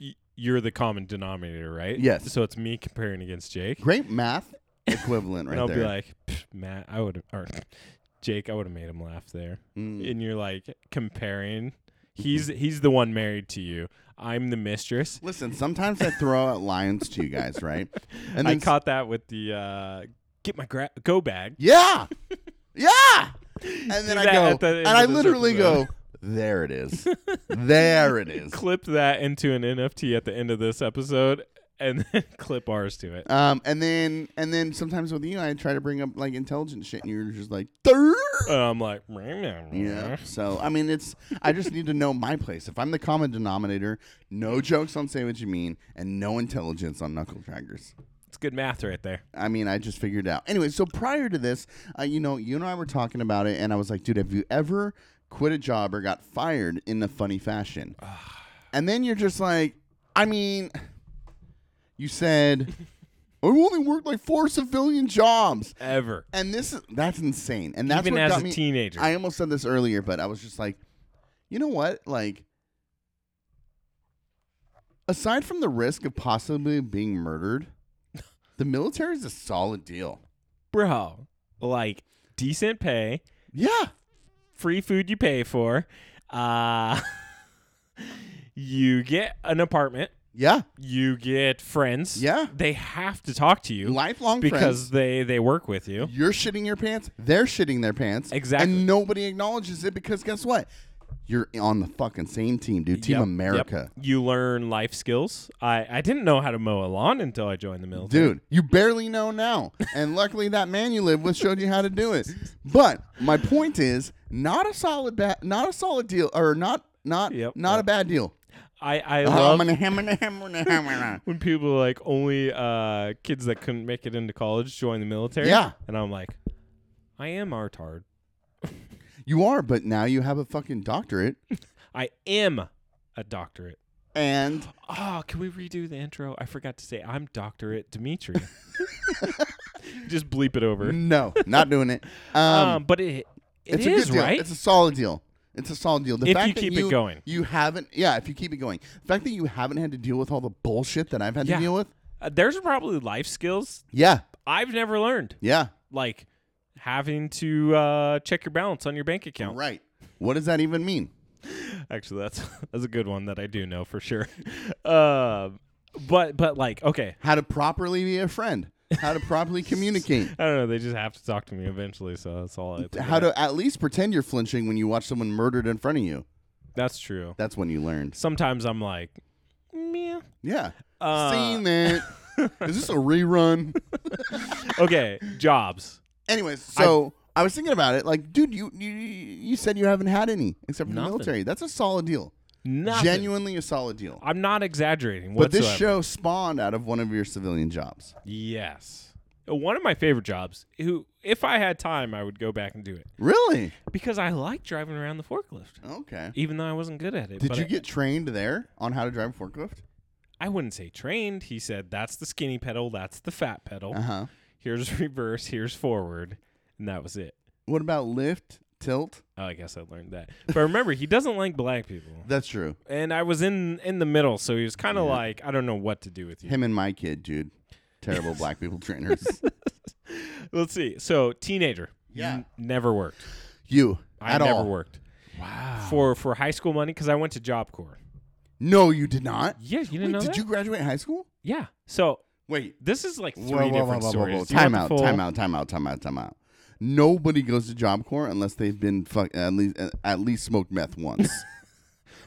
y- you're the common denominator, right?
Yes.
So it's me comparing against Jake.
Great math. equivalent right
and I'll
there.
be like, "Pff, Matt, I would or Jake, I would have made him laugh there.
Mm.
And you're like comparing. He's he's the one married to you. I'm the mistress.
Listen, sometimes I throw out lines to you guys, right? And
I
then
caught that with the uh, get my gra- go bag.
Yeah. Yeah. And then
Do
I
that
go
at the end
and
of
I
this
literally
episode.
go, there it is. there it is.
Clip that into an NFT at the end of this episode, and then clip ours to it.
Um and then and then sometimes with you I try to bring up like intelligent shit and you're just like "Durr."
And I'm like, yeah.
Yeah. So I mean it's I just need to know my place. If I'm the common denominator, no jokes on say what you mean and no intelligence on knuckle draggers.
it's good math right there.
I mean, I just figured it out. Anyway, so prior to this, uh, you know, you and I were talking about it, and I was like, dude, have you ever quit a job or got fired in a funny fashion? and then you're just like, I mean, you said, I only worked like four civilian jobs.
Ever.
And this is that's insane. And that's
Even
what
as
got
a
me-
teenager.
I almost said this earlier, but I was just like, you know what? Like, aside from the risk of possibly being murdered, the military is a solid deal.
Bro, like decent pay,
Yeah.
free food you pay for. Uh you get an apartment,
Yeah.
you get friends.
Yeah.
They have to talk to you
Lifelong
because
friends.
they they work with you.
You're shitting your pants. They're shitting their pants.
Exactly.
And nobody acknowledges it because guess what? You're on the fucking same team, dude. Team
Yep,
America.
yep. You learn life skills. I I didn't know how to mow a lawn until I joined the military.
Dude, you barely know now. And luckily, that man you live with showed you how to do it. But my point is, not a solid, ba- not a solid deal, or not, not,
Yep,
not a
yep.
bad deal.
I I
Um,
love
yeah,
when people are like only uh kids that couldn't make it into college join the military.
Yeah.
And I'm like, I am artard.
you are, but now you have a fucking doctorate,
I am a doctorate.
and
Oh, can we redo the intro? I forgot to say I'm Doctorate Dimitri. Just bleep it over.
no, not doing it. Um,
Um, but it, it is
it's a good deal.
right.
It's a solid deal. It's a solid deal. The
If
fact
you
that
keep it
you,
going.
you haven't. Yeah, if you keep it going, the fact that you haven't had to deal with all the bullshit that I've had
Yeah.
to deal with.
Uh, there's probably life skills
Yeah,
I've never learned,
yeah.
like having to uh, check your balance on your bank account.
Right. What does that even mean?
Actually, that's that's a good one that I do know for sure. Um, but but like okay,
How to properly be a friend. How to properly communicate.
I don't know. They just have to talk to me eventually, so that's all. I think
How
about.
to at least pretend you're flinching when you watch someone murdered in front of you.
That's true.
That's when you learned.
Sometimes I'm like, meh.
Yeah.
Uh,
Seen that. Is this a rerun?
Okay, jobs.
Anyways, so I, was thinking about it. Like, dude, you you, you said you haven't had any except
Nothing.
for the military. That's a solid deal.
Nothing.
Genuinely a solid deal.
I'm not exaggerating
But
whatsoever.
this show spawned out of one of your civilian jobs.
yes, one of my favorite jobs. Who, if I had time, I would go back and do it
Really?
because I like driving around the forklift,
Okay.
even though I wasn't good at it.
Did
but
you
I-
get trained there on how to drive a forklift?
I wouldn't say trained. He said that's the skinny pedal, that's the fat pedal.
Uh huh.
Here's reverse, here's forward, and that was it.
What about lift, tilt?
Oh, I guess I learned that. But remember, he doesn't like black people,
That's true.
and I was in in the middle, so he was kind of like, I don't know what to do with you.
Him and my kid, dude. Terrible black people trainers.
Let's see. So teenager,
Yeah.
N- never worked.
You
I
at
never
all?
worked. Wow. For for high school money because I went to Job Corps.
No, you did not.
Yeah, you didn't
Wait,
know
did
that?
you graduate high school?
Yeah. So
Wait.
this is like three different stories. Do you
Time
want
out.
the full-
Time out. Time out. Time out. Time out. Nobody goes to Job Corps unless they've been fuck at least at least smoked meth once.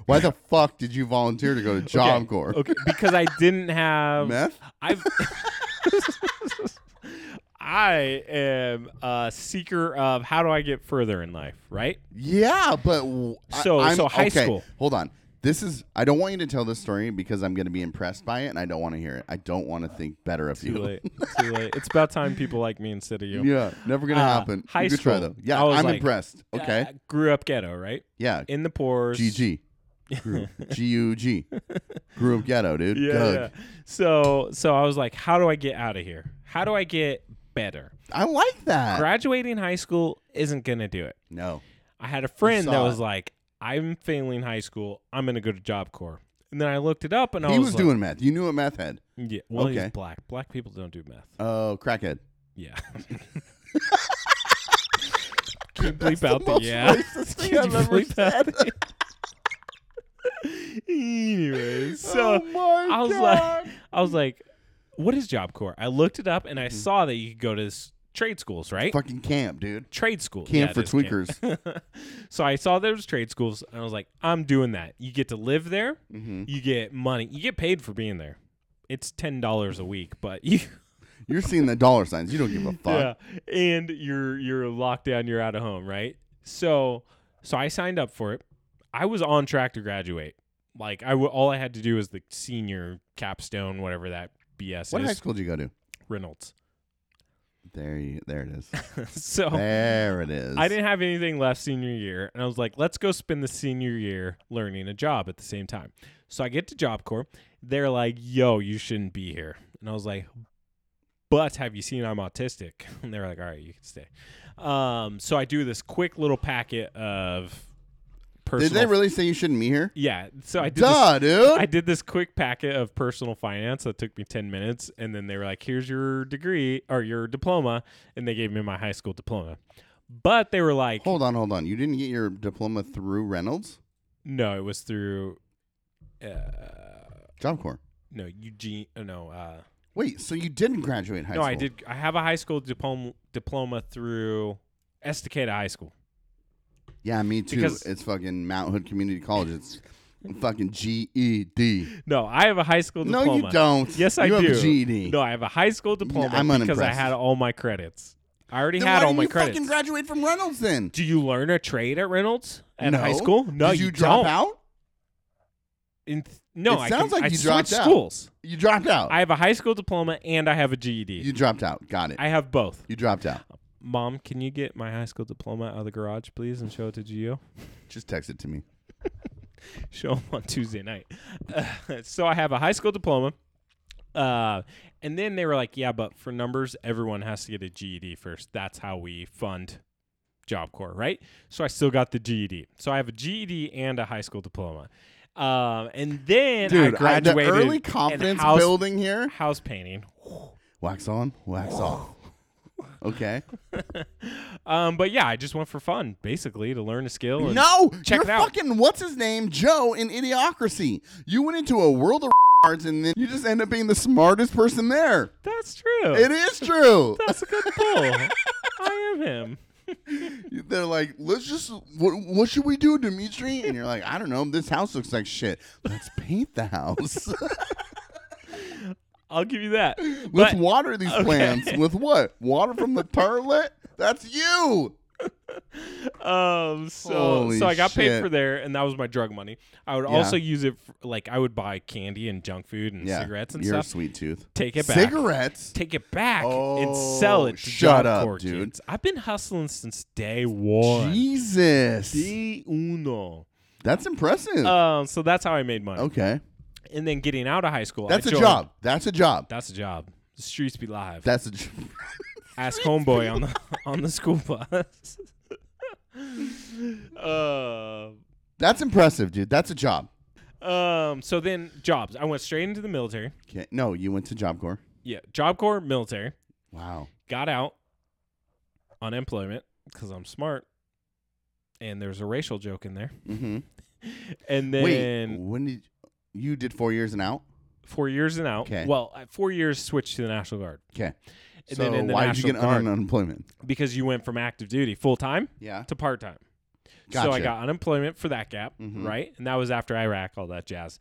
Why the fuck did you volunteer to go to
Okay,
Job Corps?
Okay, because I didn't have
Meth?
I've. I am a seeker of how do I get further in life, right?
Yeah, but w- I-
So-
I'm-
so high
okay,
school.
Hold on. This is. I don't want you to tell this story because I'm going to be impressed by it, and I don't want to hear it. I don't want to think better of
Too
you.
late. Too late. It's about time people like me instead of you.
Yeah, never gonna
Uh,
happen.
high
you could try
school,
though. Yeah,
I was
I'm
like,
impressed. Okay.
I grew up ghetto, right?
yeah.
In the pores.
GG. G U G. Grew up ghetto, dude.
Yeah,
Gug.
yeah. So so I was like, how do I get out of here? How do I get better?
I like that.
Graduating high school isn't gonna do it.
no.
I had a friend
saw
that was
it.
like, I'm failing high school. I'm gonna go to Job Corps. And then I looked it up, and I
he
was,
was
like,
doing math. You knew a math head.
Yeah. Well,
Okay.
he's black. Black people don't do math.
Oh, crackhead.
Yeah. Can't bleep out the,
most
yeah.
racist thing
Can
I've
you
ever
bleep out the- Anyways, so
Oh my
I was
God.
like, I was like, what is Job Corps? I looked it up and I
Mm-hmm.
saw that you could go to s- trade schools, right?
Fucking camp, dude.
Trade school.
Camp
Yeah,
for
it is camp.
tweakers.
so I saw there was trade schools, and I was like, I'm doing that. You get to live there,
Mm-hmm.
you get money, you get paid for being there. It's ten dollars a week, but you,
You're seeing the dollar signs. You don't give a
yeah,
fuck.
and you're you're locked down, you're out of home, right? So, so I signed up for it. I was on track to graduate. Like I, w- all I had to do was the senior capstone, whatever that BS
What
is.
high school did you go to?
Reynolds.
There, you, there it is.
so
There it is.
Oh. I didn't have anything left senior year, and I was like, let's go spend the senior year learning a job at the same time. So I get to Job Corps. They're like, yo, you shouldn't be here. And I was like, but have you seen I'm autistic? And they're like, all right, you can stay. Um, so I do this quick little packet of personal.
Did they really say you shouldn't be here?
Yeah. So I did. this-
Duh, dude.
I did this quick packet of personal finance that took me 10 minutes. And then they were like, here's your degree or your diploma. And they gave me my high school diploma. But they were like,
hold on, hold on. You didn't get your diploma through Reynolds
no, it was through, uh,
Job Corps.
no, Eugene. uh, No, uh,
Wait, so you didn't graduate high
no,
school?
I did. I have a high school diploma, diploma through Estacada High School.
Yeah, me too.
Because-
it's fucking Mount Hood Community College. It's fucking E GED.
No, I have a high school
No,
diploma.
you don't.
Yes, I
You have
do.
a GED.
No, I have a high school diploma
I'm
because I
unimpressed.
had all my credits. I already
Then
had
why
all
didn't
my
you
credits.
fucking graduate from Reynolds then?
Do you learn a trade at Reynolds at high
No.
school? No,
Did
you,
you, drop
don't.
out?
In th- no,
It
I
sounds
com-
like
I
you
switched
dropped out.
schools.
You dropped out.
I have a high school diploma and I have a GED.
you dropped out. Got it.
I have both.
you dropped out.
Mom, can you get my high school diploma out of the garage, please, and show it to Gio?
Just text it to me.
Show him on Tuesday night. so I have a high school diploma. Uh, and then they were like, yeah, but for numbers, everyone has to get a GED first. That's how we fund Job Corps, right? So I still got the GED. So I have a GED and a high school diploma. Um, and then
Dude,
I graduated.
the early
in
confidence
house,
building here.
House painting.
Wax on, wax off. Okay.
Um, but yeah, I just went for fun, basically, to learn a skill. And
No,
check
you're
it out.
fucking what's his name, Joe in Idiocracy. You went into a world of arts and then you just end up being the smartest person there.
That's true.
It is true.
That's a good pull. I am him.
They're like, let's just what, what should we do, Dimitri? And you're like, I don't know. This house looks like shit. Let's paint the house.
I'll give you that.
let's
But-
water these plants with what? Water from the toilet? That's you.
Um, so
Holy
so I got paid
shit.
for there, and that was my drug money. I would
Yeah.
also use it for, like I would buy candy and junk food and
Yeah,
cigarettes and
you're a
stuff.
sweet tooth.
Take it back.
Cigarettes.
Take it back and sell it. To Job
Oh, shut up,
Corps
dude.
kids. I've been hustling since day one.
Jesus,
Day uno.
that's impressive.
Um, so that's how I made money.
okay,
And then getting out of high school, I
that's a
joined-
job. That's a job.
That's a job. The streets be live.
That's a. j-
Ask homeboy on the on the school bus. uh,
That's impressive, dude. That's a job.
Um. So then, jobs. I went straight into the military.
Okay. No, you went to Job Corps.
Yeah, Job Corps, military.
Wow.
Got out. Unemployment because I'm smart. And there's a racial joke in there.
Mm-hmm.
And
Wait,
then
when did you did four years and out?
four years and out.
'Kay.
Well, I- four years switched to the National Guard
Okay.
And
so
then in the
why did
National
you get
Guard.
un- unemployment?
because you went from active duty full time
Yeah.
to part time. So I
Gotcha.
got unemployment for that gap,
Mhm.
right? And that was after Iraq, all that jazz.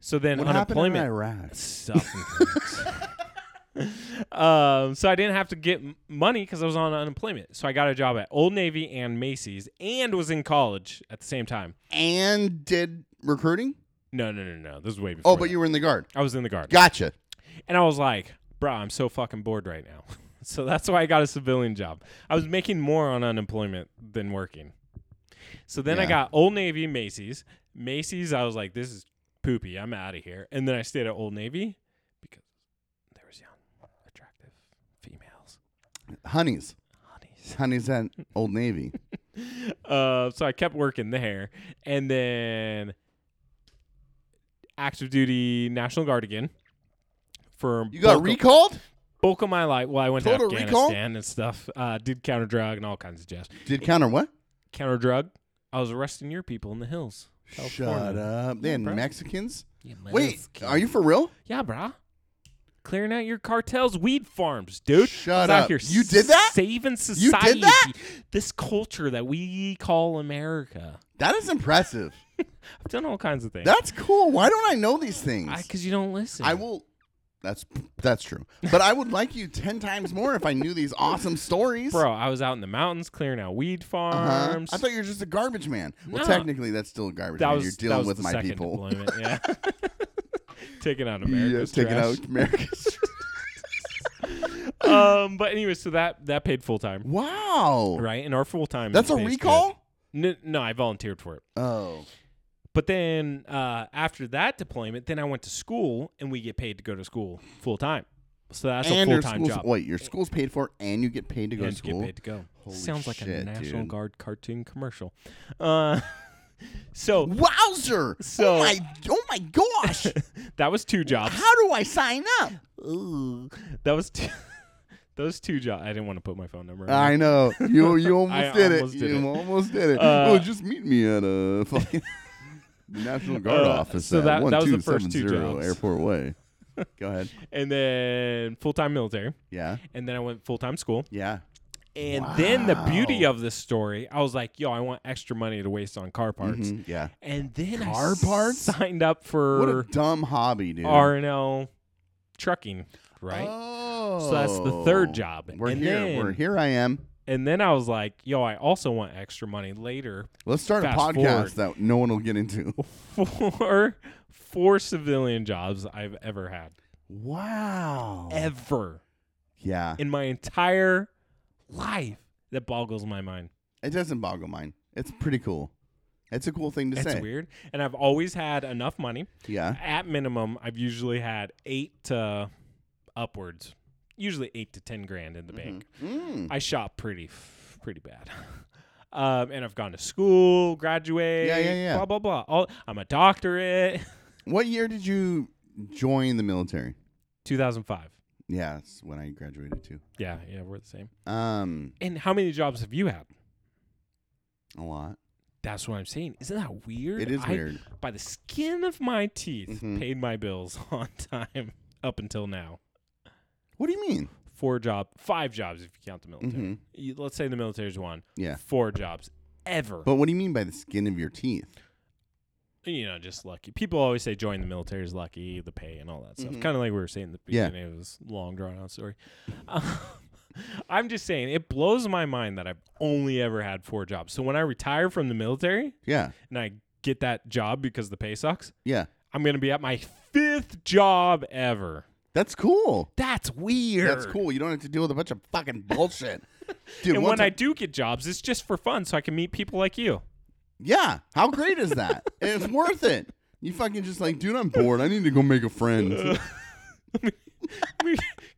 So then
What happened in
unemployment.
Iraq?
sucking cocks. um, so I didn't have to get m- money because I was on unemployment. So I got a job at Old Navy and Macy's, and was in college at the same time.
And did recruiting?
No, no, no, no. This was way before.
Oh, but
that.
you were in the guard.
I was in the guard,
Gotcha.
and I was like, "Bro, I'm so fucking bored right now." so that's why I got a civilian job. I was making more on unemployment than working. So then I
Yeah.
got Old Navy, Macy's, Macy's. I was like, "This is poopy. I'm out of here." And then I stayed at Old Navy because there was young, attractive females.
Honeys.
Honeys.
Honeys at Old Navy.
Uh, so I kept working there, and then active duty National Guard again for
You got
local-
recalled?
bulk of my life. Well, I went
Total
to
Recall?
Afghanistan and stuff. Uh, did counter drug and all kinds of jazz.
Did counter what?
Counter drug. I was arresting your people in the hills.
Shut up. They had Mexicans?
Yeah,
Wait, are you for real?
Yeah, brah. Clearing out your cartels, weed farms, dude.
Shut
I was out
up.
here
You did that?
Saving
did
society.
that?
This culture that we call America.
That is impressive.
I've done all kinds of things.
That's cool. Why don't I know these things?
Because you don't listen.
I will. That's that's true. But I would like you ten times more if I knew these awesome stories.
Bro, I was out in the mountains clearing out weed
Uh-huh.
farms.
I thought you were just a garbage man. Well,
No.
technically, that's still a garbage
that
man.
was
You're
that
dealing
was
with
the
my
second
people.
deployment, yeah. Taking out
Yeah,
America's
taking
trash.
out America's.
Um, but anyway, so that that paid full time,
wow,
right? And our full time.
that's a recall.
No, no, I volunteered for it.
Oh,
But then uh, after that deployment, then I went to school, and we get paid to go to school full time. So that's
and
a
your
full time
school's
job.
wait, your school's paid for, and you get paid to go
and to
to
get
school.
paid to go.
Holy
Sounds like a
shit,
National
dude.
Guard cartoon commercial. Uh, so
Wowzer!
So-
oh my, oh my gosh!
that was two jobs.
How do I sign up?
That was two. Those two jobs. I didn't want to put my phone number. in
I
there.
know you. You
I
almost did
almost
it.
did
you
it.
almost did it.
Uh,
oh, just meet me at a fucking National Guard
Uh,
office.
so
at
that- that was the
1270
first two jobs.
Airport Way. Go ahead.
And then full time military.
Yeah.
And then I went full time school.
Yeah.
And then the beauty
Wow.
of this story, I was like, yo, I want extra money to waste on car parts.
Mhm, Yeah.
And then
Car
I
parts?
signed up
What a
for
dumb hobby, dude.
R and L trucking, right?
Oh.
So that's the third job.
We're
And
here.
then-
We're here. I am.
And then I was like, yo, I also want extra money later
Let's start a
Fast
podcast that no one will get into.
for four civilian jobs I've ever had.
Wow.
Ever
Yeah.
in my entire life. That boggles my mind.
It doesn't boggle mine. It's pretty cool. It's a cool thing to
It's
say.
weird. And I've always had enough money.
Yeah.
At minimum, I've usually had eight to upwards, usually eight to 10 grand in the bank.
Mm.
I shop pretty, f- pretty bad. Um, and I've gone to school, graduate,
Yeah, yeah, yeah.
blah, blah, blah. All, I'm a doctorate.
What year did you join the military?
2005.
Yeah, that's when I graduated too.
Yeah, yeah, we're the same.
Um,
And how many jobs have you had?
a lot.
That's what I'm saying. Isn't that weird?
It is
I-
weird.
By the skin of my teeth,
Mhm.
paid my bills on time up until now.
What do you mean?
Four job, five jobs if you count the military.
Mhm.
You- let's say the military's one.
Yeah.
Four jobs ever.
But what do you mean by the skin of your teeth?
you know, just lucky. People always say join the military is lucky, the pay and all that stuff.
Mhm.
Kind of like we were saying in the
Yeah.
beginning. It was a long drawn out story. Um, I'm just saying it blows my mind that I've only ever had four jobs. So when I retire from the military
Yeah,
and I get that job because the pay sucks,
yeah.
I'm gonna be at my fifth job ever.
That's cool.
That's weird.
That's cool. You don't have to deal with a bunch of fucking bullshit, dude.
And
one
when I
ti-
do get jobs, it's just for fun, so I can meet people like you.
yeah, how great is that? And it's worth it. You fucking just like, dude, I'm bored. I need to go make a friend.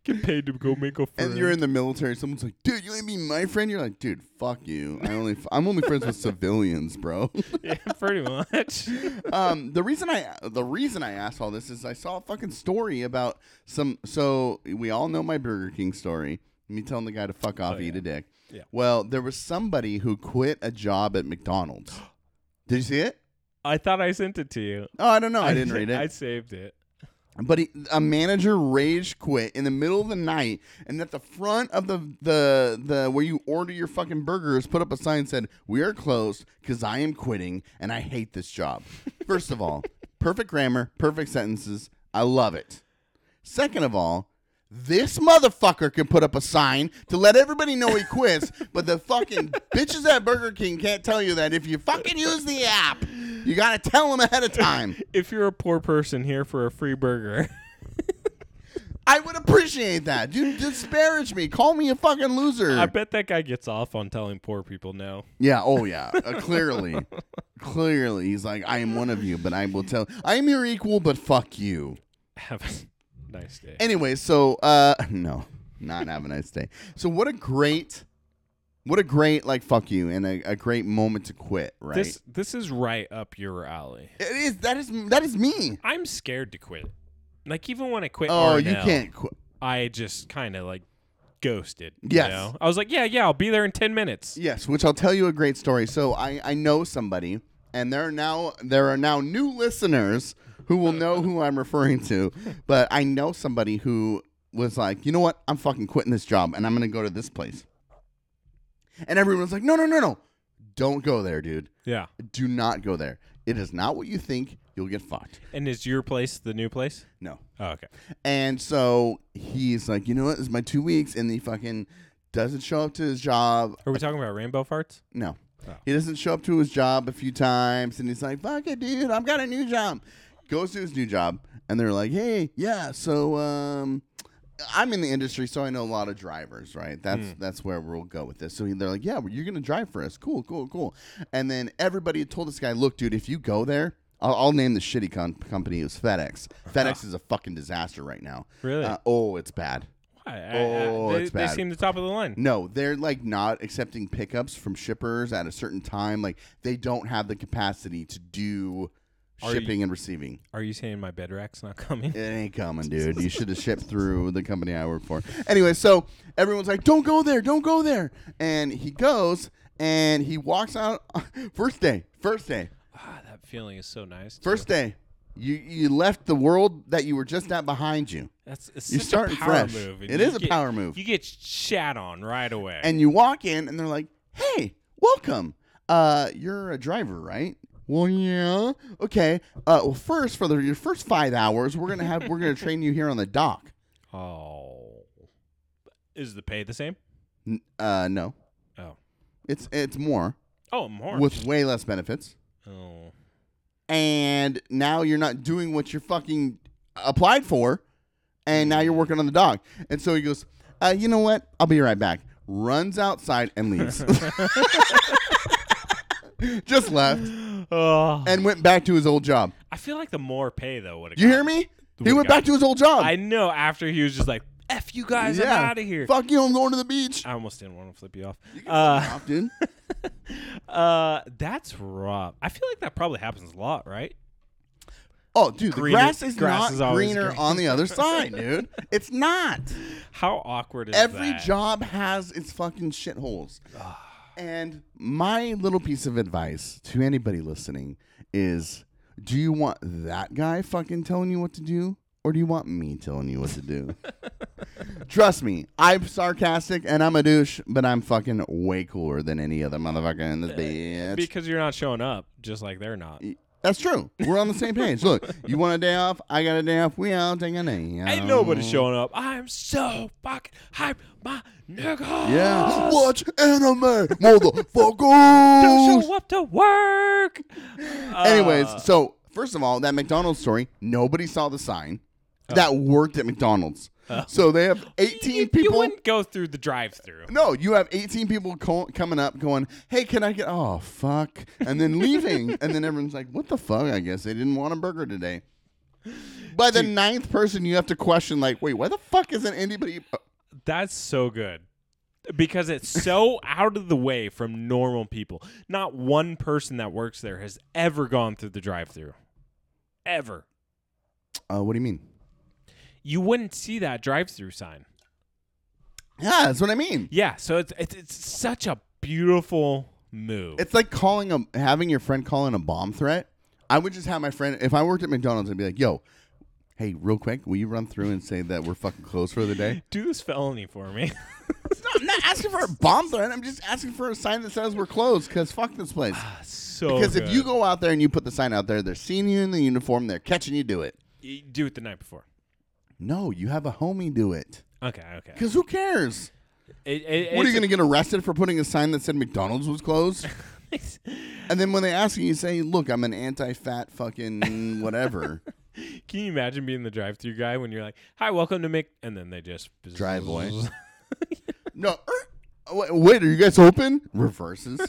get paid to go make a friend.
And you're in the military. Someone's like, dude, you want to be my friend? You're like, dude, fuck you. I only, f- I'm only friends with civilians, bro.
yeah, pretty much.
um, the reason I the reason I asked all this is I saw a fucking story about some. So we all know my Burger King story. Me telling the guy to fuck off, eat a dick.
Oh, Yeah.
Well, there was somebody who quit a job at McDonald's. Did you see it?
I thought I sent it to you.
Oh, I don't know. I, didn't read it.
I saved it.
But he, a manager rage quit in the middle of the night, and at the front of the the the where you order your fucking burgers, put up a sign that said, "We are closed because I am quitting and I hate this job." First of all, perfect grammar, perfect sentences. I love it. Second of all, this motherfucker can put up a sign to let everybody know he quits, but the fucking bitches at Burger King can't tell you that if you fucking use the app. You gotta tell them ahead of time.
If you're a poor person here for a free burger,
I would appreciate that. You disparage me. Call me a fucking loser.
I bet that guy gets off on telling poor people no.
yeah. Oh yeah. Uh, clearly, clearly, he's like, I am one of you, but I will tell. I am your equal, but fuck you.
Have a nice day.
Anyway, so uh, no, not have a nice day. So what a great, what a great like fuck you and a, a great moment to quit. Right.
This this is right up your alley.
it is that is that is me.
I'm scared to quit. Like even when I quit,
Oh,
R&L,
you can't quit.
I just kind of like ghosted. you
Yes.
know? I was like, yeah, yeah, I'll be there in 10 minutes.
Yes, which I'll tell you a great story. So I, I know somebody, and there are now there are now new listeners who will know who I'm referring to. But I know somebody who was like, you know what, I'm fucking quitting this job, and I'm gonna go to this place. And everyone was like, no, no, no, no, don't go there, dude.
Yeah.
Do not go there. It is not what you think. You'll get fucked.
And is your place the new place?
No.
Oh, okay.
And so he's like, you know what, this is my two weeks, and he fucking doesn't show up to his job.
Are we talking about rainbow farts?
No.
Oh.
He doesn't show up to his job a few times and he's like, fuck it, dude, I've got a new job. Goes to his new job and they're like, hey, yeah, so um, I'm in the industry, so I know a lot of drivers, right? That's
Hmm.
that's where we'll go with this. So they're like, yeah, well, you're going to drive for us. Cool, cool, cool. And then everybody had told this guy, look, dude, if you go there, I'll, I'll name the shitty com- company. It was FedEx. FedEx is a fucking disaster right now.
Uh-huh. Really?
Uh, oh, it's bad.
Why? I- I-
Oh,
they,
it's
they
bad.
seem the top of the line.
No, they're like not accepting pickups from shippers at a certain time. Like they don't have the capacity to do
Are
shipping and receiving.
Are you saying my bed rack's not coming?
It ain't coming, dude. You should have shipped through the company I work for. Anyway, so everyone's like, "Don't go there, don't go there," and he goes and he walks out. First day, first day,
Ah, that feeling is so nice. too.
first day. You you left the world that you were just at behind you,
That's it's
You're
such
starting
a power
fresh.
move. and
It
you
is a
get-
power move.
You get shat on right away.
and you walk in and they're like, "Hey, welcome. Uh, you're a driver, right?" Well, yeah. Okay. Uh, well, first for the, your first five hours, we're gonna have we're gonna train you here on the dock.
oh, is the pay the same?
N- Uh, no,
Oh,
it's it's more
oh, more.
with way less benefits,
oh,
and now you're not doing what you're fucking applied for, and now you're working on the dock. And so he goes, uh, "You know what? I'll be right back." Runs outside and leaves. Just left
oh.
and went back to his old job.
I feel like the more pay though would.
You hear me? He
We
went
got
back to his old job.
I know. After he was just like, "F you guys, I'm out of here."
Fuck you, I'm going to the beach.
I almost didn't want to flip you off. Uh,
Off, dude.
uh, that's rough. I feel like that probably happens a lot, right?
Oh, dude, the
greener-
grass is
grass is
not
always
greener
green.
on the other side, dude. It's not.
How awkward is
Every
that?
job has its fucking shitholes. and my little piece of advice to anybody listening is do you want that guy fucking telling you what to do? Or do you want me telling you what to do? Trust me, I'm sarcastic and I'm a douche, but I'm fucking way cooler than any other motherfucker in this bitch.
because you're not showing up, just like they're not.
That's true. We're on the same page. Look, you want a day off? I got a day off. We all take a day off.
Ain't nobody showing up. I'm so fucking hype, my nigga.
Yeah. Watch anime, motherfuckers.
Don't show up to work. Uh,
Anyways, so first of all, that McDonald's story, nobody saw the sign that worked at McDonald's. So they have 18
Oh. you, you
people.
wouldn't go through the drive-through.
no, you have 18 people co- coming up going, hey, can I get, oh, fuck. And then leaving. and then everyone's like, what the fuck? I guess they didn't want a burger today. By the ninth person, you have to question, like, wait, why the fuck isn't anybody uh,
That's so good. Because it's so out of the way from normal people. Not one person that works there has ever gone through the drive-through. Ever.
Uh, what do you mean?
You wouldn't see that drive-through sign.
Yeah, that's what I mean.
Yeah, so it's it's, it's such a beautiful move.
It's like calling a having your friend call in a bomb threat. I would just have my friend if I worked at McDonald's, I'd be like, "Yo, hey, real quick, will you run through and say that we're fucking closed for the day?"
Do this felony for me.
I'm not asking for a bomb threat. I'm just asking for a sign that says we're closed because fuck this place.
so
Because if you
good.
go out there and you put the sign out there, they're seeing you in the uniform, they're catching you do it.
You do it the night before.
No, you have a homie do it.
Okay, okay.
Because who cares?
It- it-
What are you
it's-
going to get arrested for putting a sign that said McDonald's was closed? And then when they ask you, you say, "Look, I'm an anti-fat fucking whatever."
Can you imagine being the drive-through guy when you're like, "Hi, welcome to Mc," and then they just
Driveway. no, er, wa- wait, are you guys open? Reverses.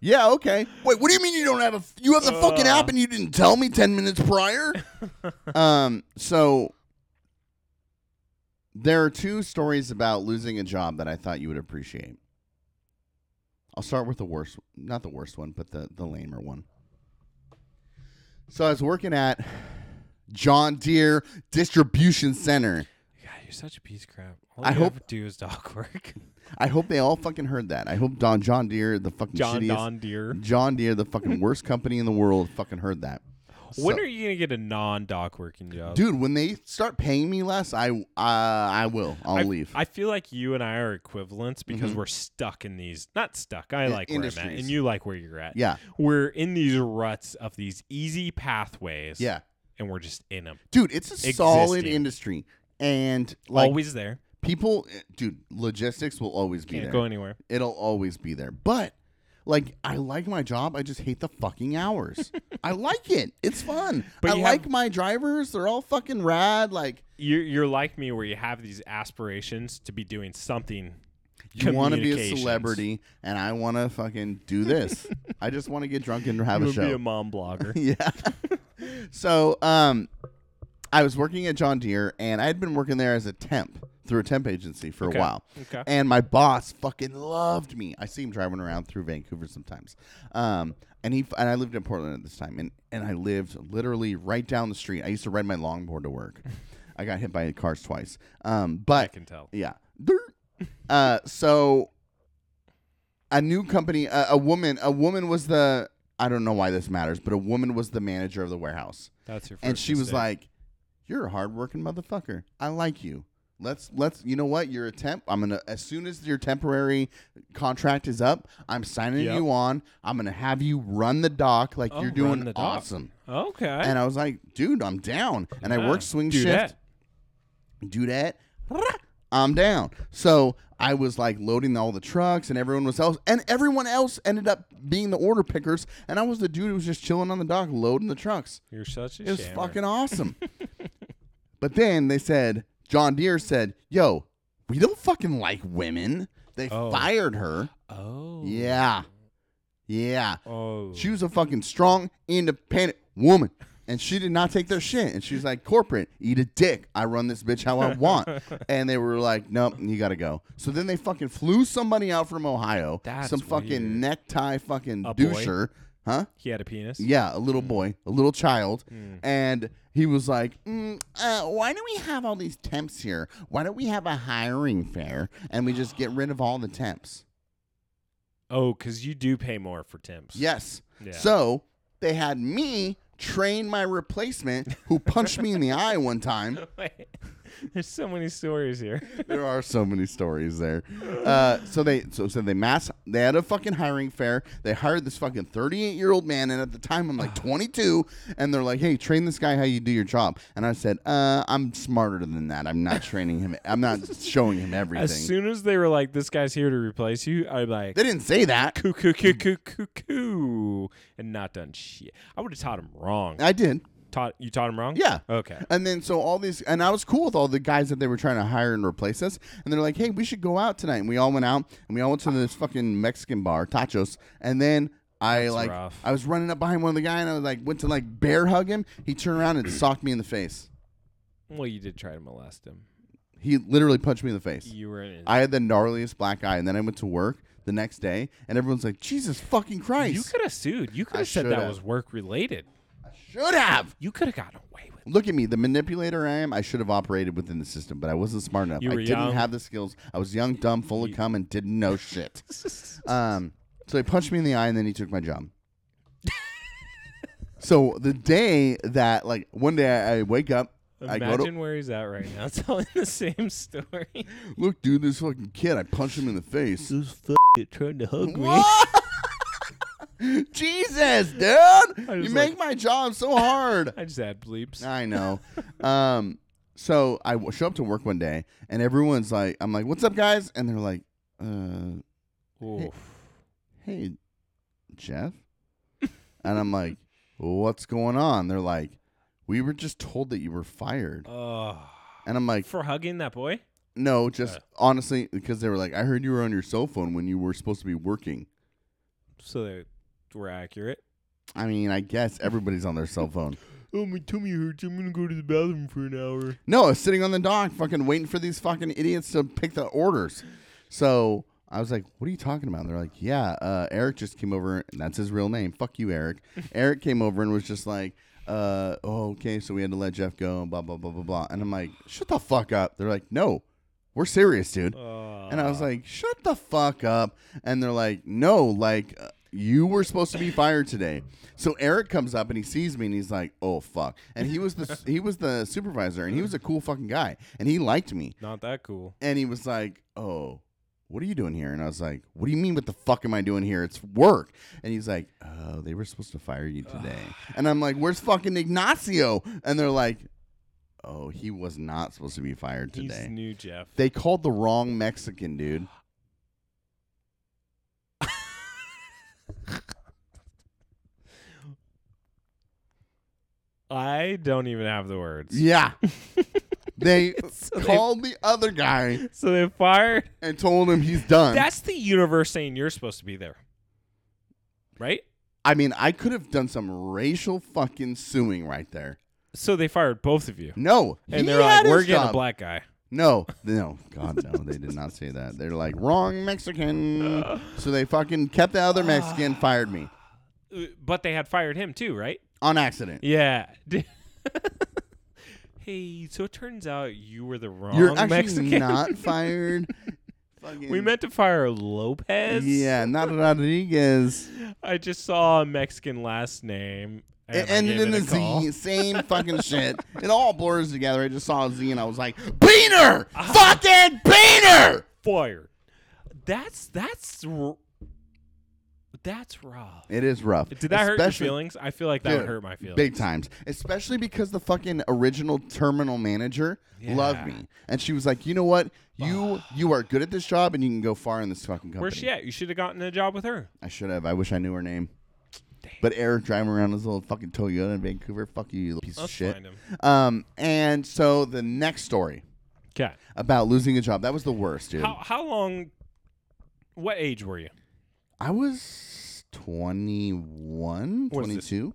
yeah, okay. Wait, what do you mean you don't have a? f- You have the fucking app and you didn't tell me ten minutes prior. um. So there are two stories about losing a job that I thought you would appreciate. I'll start with the worst, not the worst one, but the the lamer one. So I was working at John Deere Distribution Center.
God, you're such a piece of crap. All
I
you
hope-
ever do is dog work.
I hope they all fucking heard that. I hope Don John Deere, the fucking
John
shittiest,
Don Deer.
John Deere, the fucking worst company in the world, fucking heard that.
When
So-
are you gonna get a non dog working job?
dude? When they start paying me less, I uh, I will. I'll
I,
leave. Mm-hmm.
I feel like you and I are equivalents because we're stuck in these. Not stuck. I
In-
like where I'm at,
industries.
and you like where you're at.
Yeah.
we're in these ruts of these easy pathways.
yeah,
and we're just in them.
dude, it's a solid
Existing.
industry, and like
Always there.
people, dude, logistics will always be
Can't
there.
go anywhere.
It'll always be there, but. Like I like my job, I just hate the fucking hours. I like it; it's fun.
But
I
you
like
have-
my drivers; they're all fucking rad. Like
You're you're like me where you have these aspirations to be doing something.
you want to be a
Communications.
celebrity, and I want to fucking do this. I just want to get drunk and have
You
a
would
show.
be a mom blogger.
yeah. so, um, I was working at John Deere, and I had been working there as a temp through a temp agency for
Okay.
a while.
Okay.
And my boss fucking loved me. I see him driving around through Vancouver sometimes. Um, and he and I lived in Portland at this time, and and I lived literally right down the street. I used to ride my longboard to work. I got hit by cars twice. Um, but
I can tell.
yeah. Dirt. uh, so a new company, a, a woman, a woman was the I don't know why this matters, but a woman was the manager of the warehouse,
That's your. First
and she was
mistake.
like, "You're a hardworking motherfucker. I like you. Let's let's. You know what? You're a temp. I'm gonna as soon as your temporary contract is up, I'm signing
Yep.
you on. I'm gonna have you run the dock like
Oh,
you're
run
doing
the dock.
awesome."
Okay.
And I was like, "Dude, I'm down." And I
Yeah.
worked swing
Do
shift
that.
do that. I'm down. So I was like loading all the trucks, and everyone was else, and everyone else ended up being the order pickers, and I was the dude who was just chilling on the dock loading the trucks.
You're such a
It was
shammer.
fucking awesome. but then they said John Deere said, "Yo, we don't fucking like women." They
Oh.
fired her.
Oh.
Yeah, yeah.
Oh.
She was a fucking strong, independent woman. And she did not take their shit. And she's like, corporate, eat a dick. I run this bitch how I want. and they were like, nope, you got to go. So then they fucking flew somebody out from Ohio.
That's
some fucking
weird.
necktie fucking
A boy? Hmm.
doucher. Huh?
he had a penis.
Yeah, a little boy, a little child.
Hmm.
And he was like, mm, uh, why do we have all these temps here? Why don't we have a hiring fair and we just get rid of all the temps?
Oh, because you do pay more for temps.
Yes.
Yeah.
So they had me train my replacement who punched me in the eye one time.
Wait. There's so many stories here.
There are so many stories there. Uh, so they so so they mass they had a fucking hiring fair. They hired this fucking 38 year old man, and at the time I'm
Ah.
like 22, and they're like, "Hey, train this guy how you do your job." And I said, uh, "I'm smarter than that. I'm not training him. I'm not showing him everything."
As soon as they were like, "This guy's here to replace you," I'd be like,
they didn't Mm. say that.
"Coo coo coo coo coo coo," and not done shit. I would have taught him wrong.
I did.
taught you taught him wrong.
Ah. Yeah.
Okay.
And then so all these, and I was cool with all the guys that they were trying to hire and replace us. And they're like, "Hey, we should go out tonight." And we all went out, and we all went to this fucking Mexican bar, tacos. And then I like,
rough.
I was running up behind one of the guy, and I was like, went to like bear hug him. He turned around and socked me in the face.
Well, you did try to molest him.
He literally punched me in the face.
You were in.
I had the gnarliest black eye, and then I went to work the next day, and everyone's like, "Jesus fucking Christ!"
you could have sued. You could
I
have said
shoulda.
that was work related.
should have.
You could have gotten away with. it.
Look at me, the manipulator I am. I should have operated within the system, but I wasn't smart enough.
You
I
were
didn't
young.
have the skills. I was young, dumb, full of cum, and didn't know shit. um, so he punched me in the eye, and then he took my job. so the day that, like, one day I, I wake up, I go
Imagine
to
where he's at right now. telling the same story.
look, dude, this fucking kid. I punched him in the face.
Who's f- trying to hug me?
Jesus, dude,
I
you
just
make
like-
my job so hard.
I just add bleeps.
I know. um, so I w- show up to work one day, and everyone's like, "I'm like, what's up, guys?" And they're like, uh,
Oof.
"Hey, Jeff," and I'm like, "What's going on?" They're like, "We were just told that you were fired,"
Oh.
and I'm like,
For hugging that boy?
"No, just honestly, because they were like, I heard you were on your cell phone when you were supposed to be working."
So they were accurate.
I mean, I guess everybody's on their cell phone.
Oh, my tummy hurts. I'm going to go to the bathroom for an hour.
No, I was sitting on the dock, fucking waiting for these fucking idiots to pick the orders. So I was like, "What are you talking about?" And they're like, "Yeah, uh, Eric just came over. And that's his real name. Fuck you, Eric. Eric came over and was just like." uh, oh, okay, so we had to let Jeff go and blah, blah, blah, blah, blah. And I'm like, shut the fuck up. They're like, no, we're serious, dude. and I was like, shut the fuck up. And they're like, no, like, uh, you were supposed to be fired today. So Eric comes up and he sees me and he's like, oh, fuck. And he was the, he was the supervisor and he was a cool fucking guy and he liked me
Not that cool.
and he was like, "Oh, what are you doing here?" And I was like, "What do you mean? What the fuck am I doing here? It's work." And he's like, "Oh, they were supposed to fire you today." and I'm like, "Where's fucking Ignacio?" And they're like, "Oh, he was not supposed to be fired
He's
today."
new, Jeff.
they called the wrong Mexican dude.
I don't even have the words.
Yeah. They
So they-
called the other guy
So they fired.
and told him he's done.
That's the universe saying you're supposed to be there, right?
I mean, I could have done some racial fucking suing right there.
So they fired both of you,
No,
and
he
they're
had
like,
his
"We're getting a
job."
black guy."
No, no, God, no, they did not say that. They're like wrong Mexican, so they fucking kept the other Mexican, fired me
Uh, But they had fired him too, right?
on accident.
Yeah. D- hey, so it turns out you were the wrong
You're actually
Mexican.
not fired. Fucking-
we meant to fire Lopez.
yeah, not Rodriguez,
I just saw a Mexican last name. And
it
I
ended
gave
in
it
a
a call.
Z. Same fucking shit. It all blurs together. I just saw a Z and I was like, Beaner, fucking Beaner.
Fired. That's that's r- that's raw.
It is rough.
Did that hurt your
Especially-
feelings? I feel like that would
Dude,
hurt my feelings.
Big times. Especially because the fucking original terminal manager loved
Yeah.
me. And she was like, you know what? You you are good at this job and you can go far in this fucking company.
Where's she at? You should have gotten a job with her.
I should have. I wish I knew her name. But Eric driving around his little fucking Toyota in Vancouver. Fuck you, you little piece
Let's
of shit.
find him.
Um, and so the next story
Okay.
about losing a job, that was the worst, dude.
How how long? What age were you?
I was 21,
What is this?
22,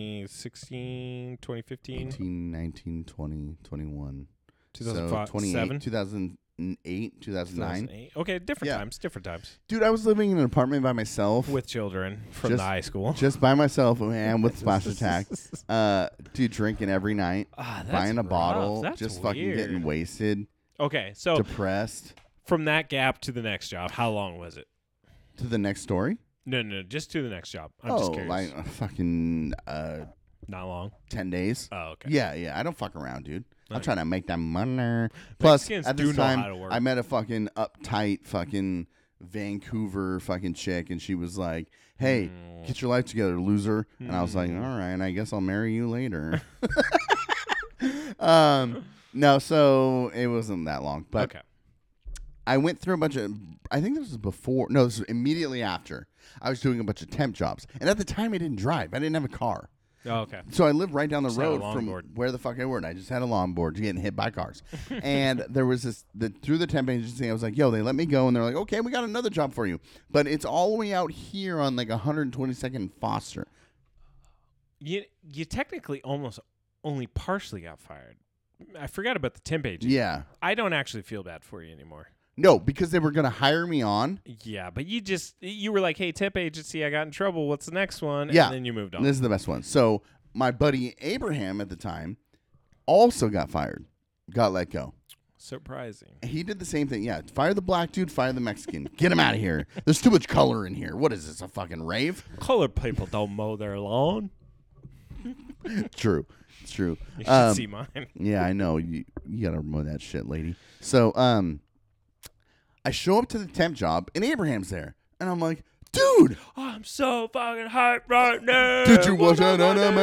2016, 2015,
18, 19, 20, 21. so
2005,
28,
7,
2008, 2009.
2008. Okay, different
Yeah.
times, different times.
Dude, I was living in an apartment by myself,
With children from
Just-
the high school.
just by myself and with Splash Attack. Uh, dude, drinking every night,
Ah, that's
buying a
rough.
bottle,
That's
just fucking getting
weird. Oh.
wasted,
Okay, so
depressed.
from that gap to the next job, how long was it?
To the next story.
No, no, just to the next job. I'm
oh,
just curious.
like uh, fucking uh,
Not long.
ten days.
Oh, okay.
Yeah, yeah. I don't fuck around, dude. I'm
Nice.
trying to make that money. Plus,
Mexicans
at
do
this
know
time,
how to work.
I met a fucking uptight fucking Vancouver fucking chick, and she was like, "Hey,
Mm.
get your life together, loser." And I was like, "All right, I guess I'll marry you later." um, no, so it wasn't that long, but
okay.
I went through a bunch of. I think this was before. No, this was immediately after. I was doing a bunch of temp jobs, and at the time, I didn't drive. I didn't have a car.
Oh, okay.
So I lived right down the
Just had a
road from
longboard.
where the fuck I worked. I just had a longboard getting hit by cars, and there was this the, through the temp agency. I was like, "Yo, they let me go," and they're like, "Okay, we got another job for you, but it's all the way out here on like 122nd and Foster."
You you technically almost only partially got fired. I forgot about the temp agent.
Yeah,
I don't actually feel bad for you anymore.
no, because they were gonna hire me on.
Yeah, but you just you were like, "Hey, temp agency, I got in trouble. What's the next one?"
yeah,
and then you moved on.
This is the best one. So my buddy Abraham at the time also got fired, got let go.
Surprising.
He did the same thing. Yeah, fire the black dude, fire the Mexican, get him out of here. There's too much color in here. What is this? A fucking rave?
Colored people don't mow their lawn.
True. It's true.
You should
Um,
see mine.
yeah, I know. You, you gotta mow that shit, lady. So, um, I show up to the temp job and Abraham's there, and I'm like, dude,
Oh, I'm so fucking hot right now.
did you watch that anime?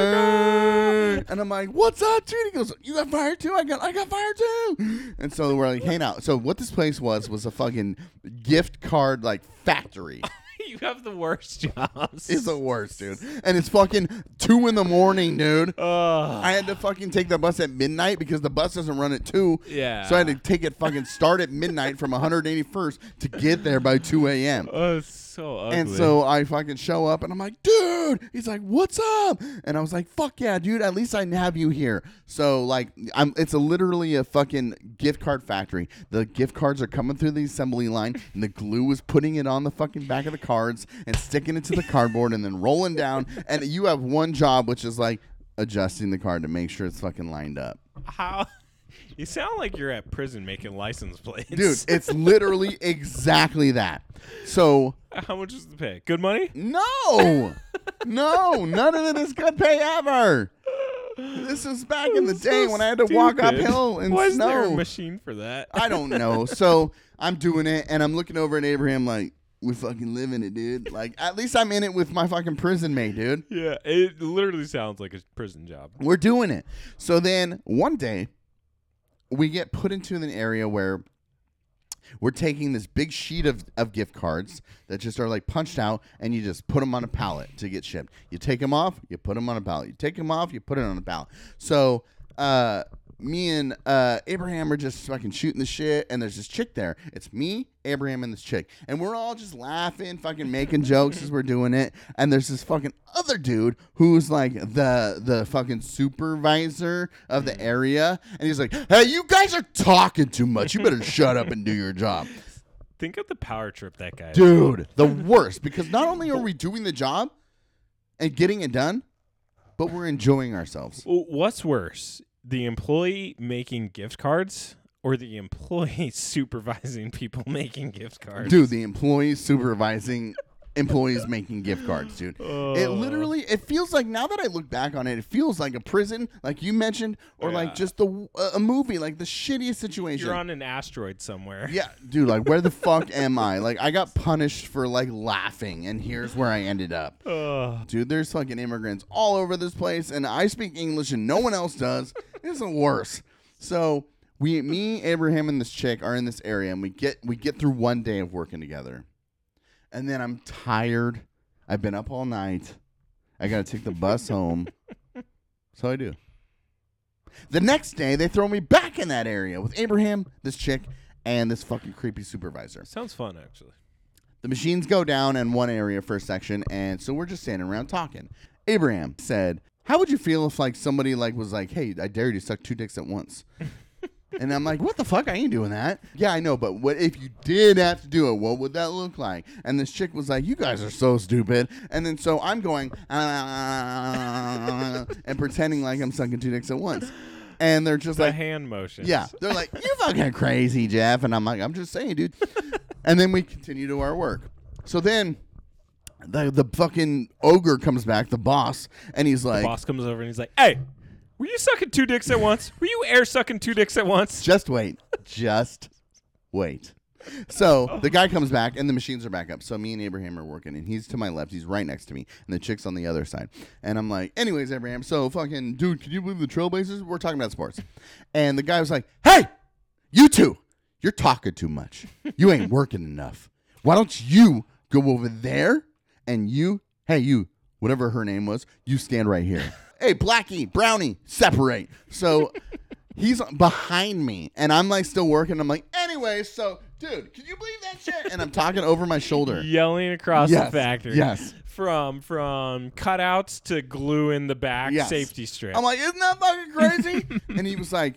And I'm like, what's up, dude? He goes, you got fired too. I got, I got fired too. And so we're like, hanging out. So what this place was was a fucking gift card like factory.
you have the worst jobs.
It's the worst, dude. And it's fucking two in the morning, dude.
Ugh.
I had to fucking take the bus at midnight because the bus doesn't run at two.
Yeah.
So I had to take it fucking start at midnight from 181st to get there by 2 a.m.
oh, it's so ugly.
And so I fucking show up and I'm like, dude. He's like, what's up? And I was like, fuck yeah, dude. At least I have you here. So like, I'm. It's a, literally a fucking gift card factory. The gift cards are coming through the assembly line, and the glue is putting it on the fucking back of the cards and sticking it to the cardboard and then rolling down. And you have one job, which is like adjusting the card to make sure it's fucking lined up.
How? You sound like you're at prison making license plates,
Dude, it's literally exactly that. So
How much is the pay? Good money?
No, no, none of it is good pay ever. This is back in the
So
day when I had to walk
stupid.
uphill in
Why is there a
snow.
machine for that?
I don't know. So I'm doing it, and I'm looking over at Abraham like, "We fucking living it, dude. Like, at least I'm in it with my fucking prison mate, dude.
yeah, it literally sounds like a prison job.
We're doing it." So then one day, we get put into an area where we're taking this big sheet of, of gift cards that just are like punched out and you just put them on a pallet to get shipped you take them off you put them on a pallet you take them off you put it on a pallet so uh me and uh, Abraham are just fucking shooting the shit, and there's this chick there. It's me, Abraham, and this chick, and we're all just laughing, fucking making jokes as we're doing it. And there's this fucking other dude who's like the the fucking supervisor of the area, and he's like, "Hey, you guys are talking too much. You better shut up and do your job."
Think of the power trip that guy.
dude the worst because not only are we doing the job and getting it done but we're enjoying ourselves
Well, What's worse, the employee making gift cards or the employee supervising people making gift cards?
dude the employees supervising employees making gift cards dude
Oh.
it literally it feels like now that i look back on it it feels like a prison like you mentioned or like just the a a movie like the shittiest situation
You're on an asteroid somewhere.
yeah, dude, like where the fuck am I? Like I got punished for like laughing and here's where I ended up. Dude, there's fucking immigrants all over this place and I speak English and no one else does. It's the worst. So we me, Abraham and this chick are in this area and we get we get through one day of working together. And then I'm tired. I've been up all night. I gotta take the bus home. So I do. The next day, they throw me back in that area with Abraham, this chick, and this fucking creepy supervisor.
Sounds fun, actually.
The machines go down in one area for a section, and so we're just standing around talking. Abraham said, "How would you feel if like somebody like was like, hey, I dare you to suck two dicks at once?" and I'm like, "What the fuck? I ain't doing that." Yeah, I know, but what if you did have to do it? What would that look like? And this chick was like, "You guys are so stupid." And then so I'm going "Ah," and pretending like I'm sucking two dicks at once. And they're just
The
like,
hand motions.
yeah. They're like, you fucking crazy, Jeff. And I'm like, I'm just saying, dude. and then we continue to our work. So then the, the fucking ogre comes back, the boss, and he's like,
Boss comes over and he's like, "Hey, were you sucking two dicks at once? Were you air sucking two dicks at once?"
just wait. Just wait. So the guy comes back and the machines are back up. So me and Abraham are working and he's to my left. He's right next to me. And the chick's on the other side. And I'm like, anyways, Abraham, so fucking dude, can you believe the trailblazers? We're talking about sports. And the guy was like, Hey, you two, you're talking too much. You ain't working enough. Why don't you go over there and you, hey, you, whatever her name was, you stand right here. hey, Blackie, Brownie, separate. So he's behind me and I'm like still working. I'm like, anyway, so dude, can you believe that shit? And I'm talking over my shoulder.
Yelling across
Yes,
the factory.
yes.
From from cutouts to glue in the back
Yes.
safety strip.
I'm like, isn't that fucking crazy? and he was like,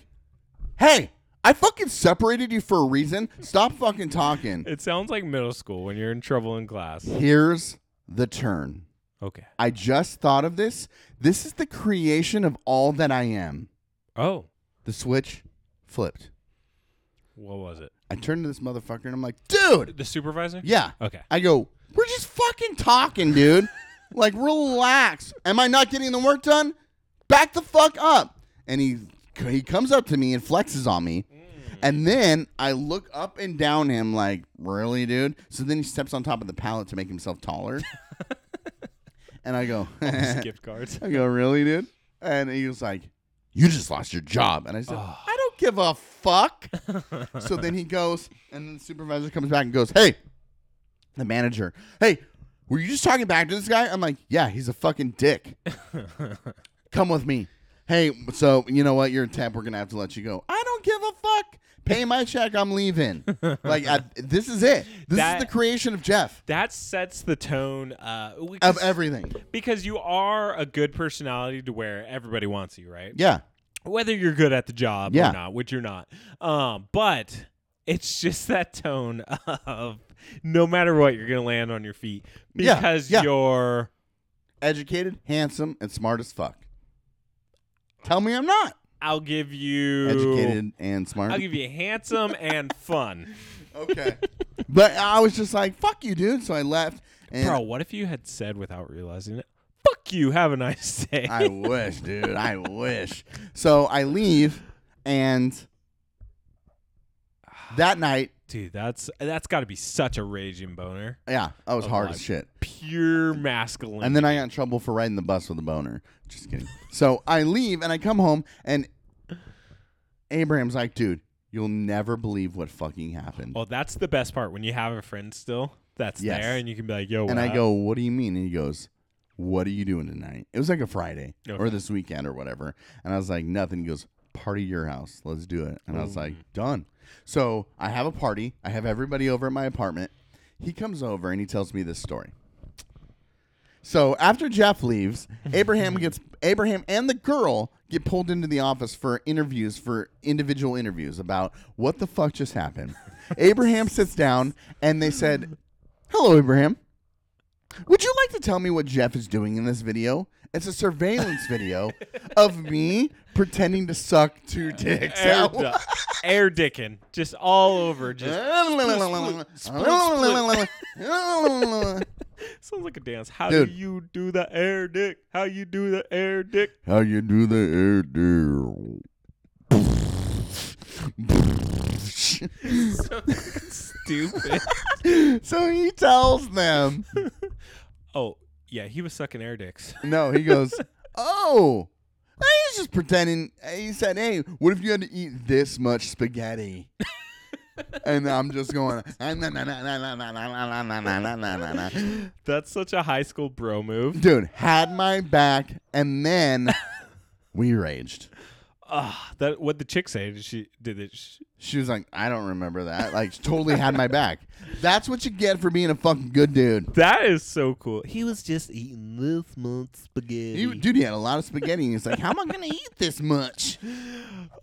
hey, I fucking separated you for a reason. Stop fucking talking.
it sounds like middle school when you're in trouble in class.
Here's the turn.
Okay.
I just thought of this. This is the creation of all that I am.
Oh,
The switch flipped.
what was it?
I turned to this motherfucker and I'm like, dude,
The supervisor?
yeah.
Okay.
I go, we're just fucking talking, dude. like, relax. Am I not getting the work done? Back the fuck up. And he he comes up to me and flexes on me. And then I look up and down him like, really, dude? So then he steps on top of the pallet to make himself taller. and I go,
gift cards.
I go, really, dude? And he was like, you just lost your job. And I said, I don't give a fuck. so then he goes, and then the supervisor comes back and goes, hey, the manager, hey, were you just talking back to this guy? I'm like, yeah, he's a fucking dick. Come with me. Hey, so you know what? You're a temp. We're going to have to let you go. I don't give a fuck. Pay my check. I'm leaving. like, I, this is it. This is
That-
the creation of Jeff,
That sets the tone uh, we-
of everything.
because you are a good personality to where everybody wants you, right?
Yeah.
Whether you're good at the job
Yeah.
or not, which you're not. Um, but It's just that tone of no matter what, you're gonna land on your feet
Yeah,
because
yeah.
you're
Educated, handsome, and smart as fuck. Tell me I'm not
I'll give you
educated and smart.
I'll give you handsome and fun.
okay, but I was just like, "Fuck you, dude." So I left. And
Bro, what if you had said without realizing it? Fuck you, have a nice day.
I wish, dude. I wish. So I leave, and that night,
Dude, that's that's gotta be such a raging boner.
yeah, I was
Oh,
hard
my
as shit.
Pure masculine.
And then I got in trouble for riding the bus with a boner. Just kidding. so I leave and I come home and Abraham's like, dude, you'll never believe what fucking happened.
Oh, that's the best part when you have a friend still that's
Yes.
there and you can be like, yo,
and
what
I
up?
go, what do you mean? And he goes, what are you doing tonight? It was like a Friday or
Okay.
this weekend or whatever. And I was like, nothing. He goes, party your house. Let's do it. And I was like,
Mm.
done. So I have a party. I have everybody over at my apartment. He comes over and he tells me this story. So after Jeff leaves, Abraham gets Abraham and the girl get pulled into the office for interviews for individual interviews about what the fuck just happened. Abraham sits down and they said, "Hello Abraham. Would you like to tell me what Jeff is doing in this video? It's a surveillance video of me pretending to suck two dicks
air,
out."
du- air dicking just all over just sounds like a dance how
Dude.
do you do the air dick how you do the air dick
How you do the air deal?
so stupid
So he tells them.
oh yeah he was sucking air dicks
No, he goes, Oh, he's just pretending. He said, Hey, what if you had to eat this much spaghetti? and I'm just going, "Ah, nah, nah, nah, nah, nah, nah, nah, nah, nah, nah, nah, nah, nah."
that's such a high school bro move
Dude, had my back, and then we raged.
Ah, that what the chick say did she did it sh-
She was like, I don't remember that. Like, she totally had my back. That's what you get for being a fucking good dude.
that is so cool he was just eating this much spaghetti
He, dude, he had a lot of spaghetti, and he's like, "How am I gonna eat this much?"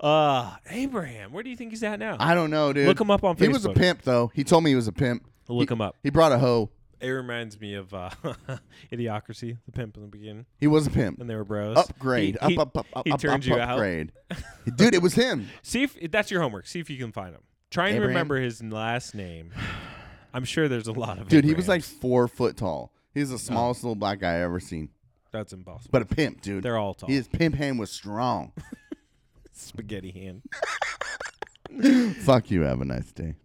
uh abraham where do you think he's at now
I don't know, dude.
Look him up on
He was a
Facebook.
pimp, though. He told me he was a pimp.
Look
He-
him up.
He brought a hoe.
it reminds me of uh idiocracy the pimp in the beginning
He was a pimp.
and they were bros
Upgrade.
He- he-
up, up, up, up,
he
up,
turned
up,
you out
upgrade. dude, it was him.
See if that's your homework. See if you can find him. Try and
Abraham?
remember his last name. I'm sure there's a lot of
Dude, he was like
Abrahams.
four foot tall. He's
Oh.
the smallest little black guy I ever seen,
that's impossible.
but a pimp, dude.
They're all tall.
His pimp hand was strong.
Spaghetti hand.
Fuck you. Have a nice day.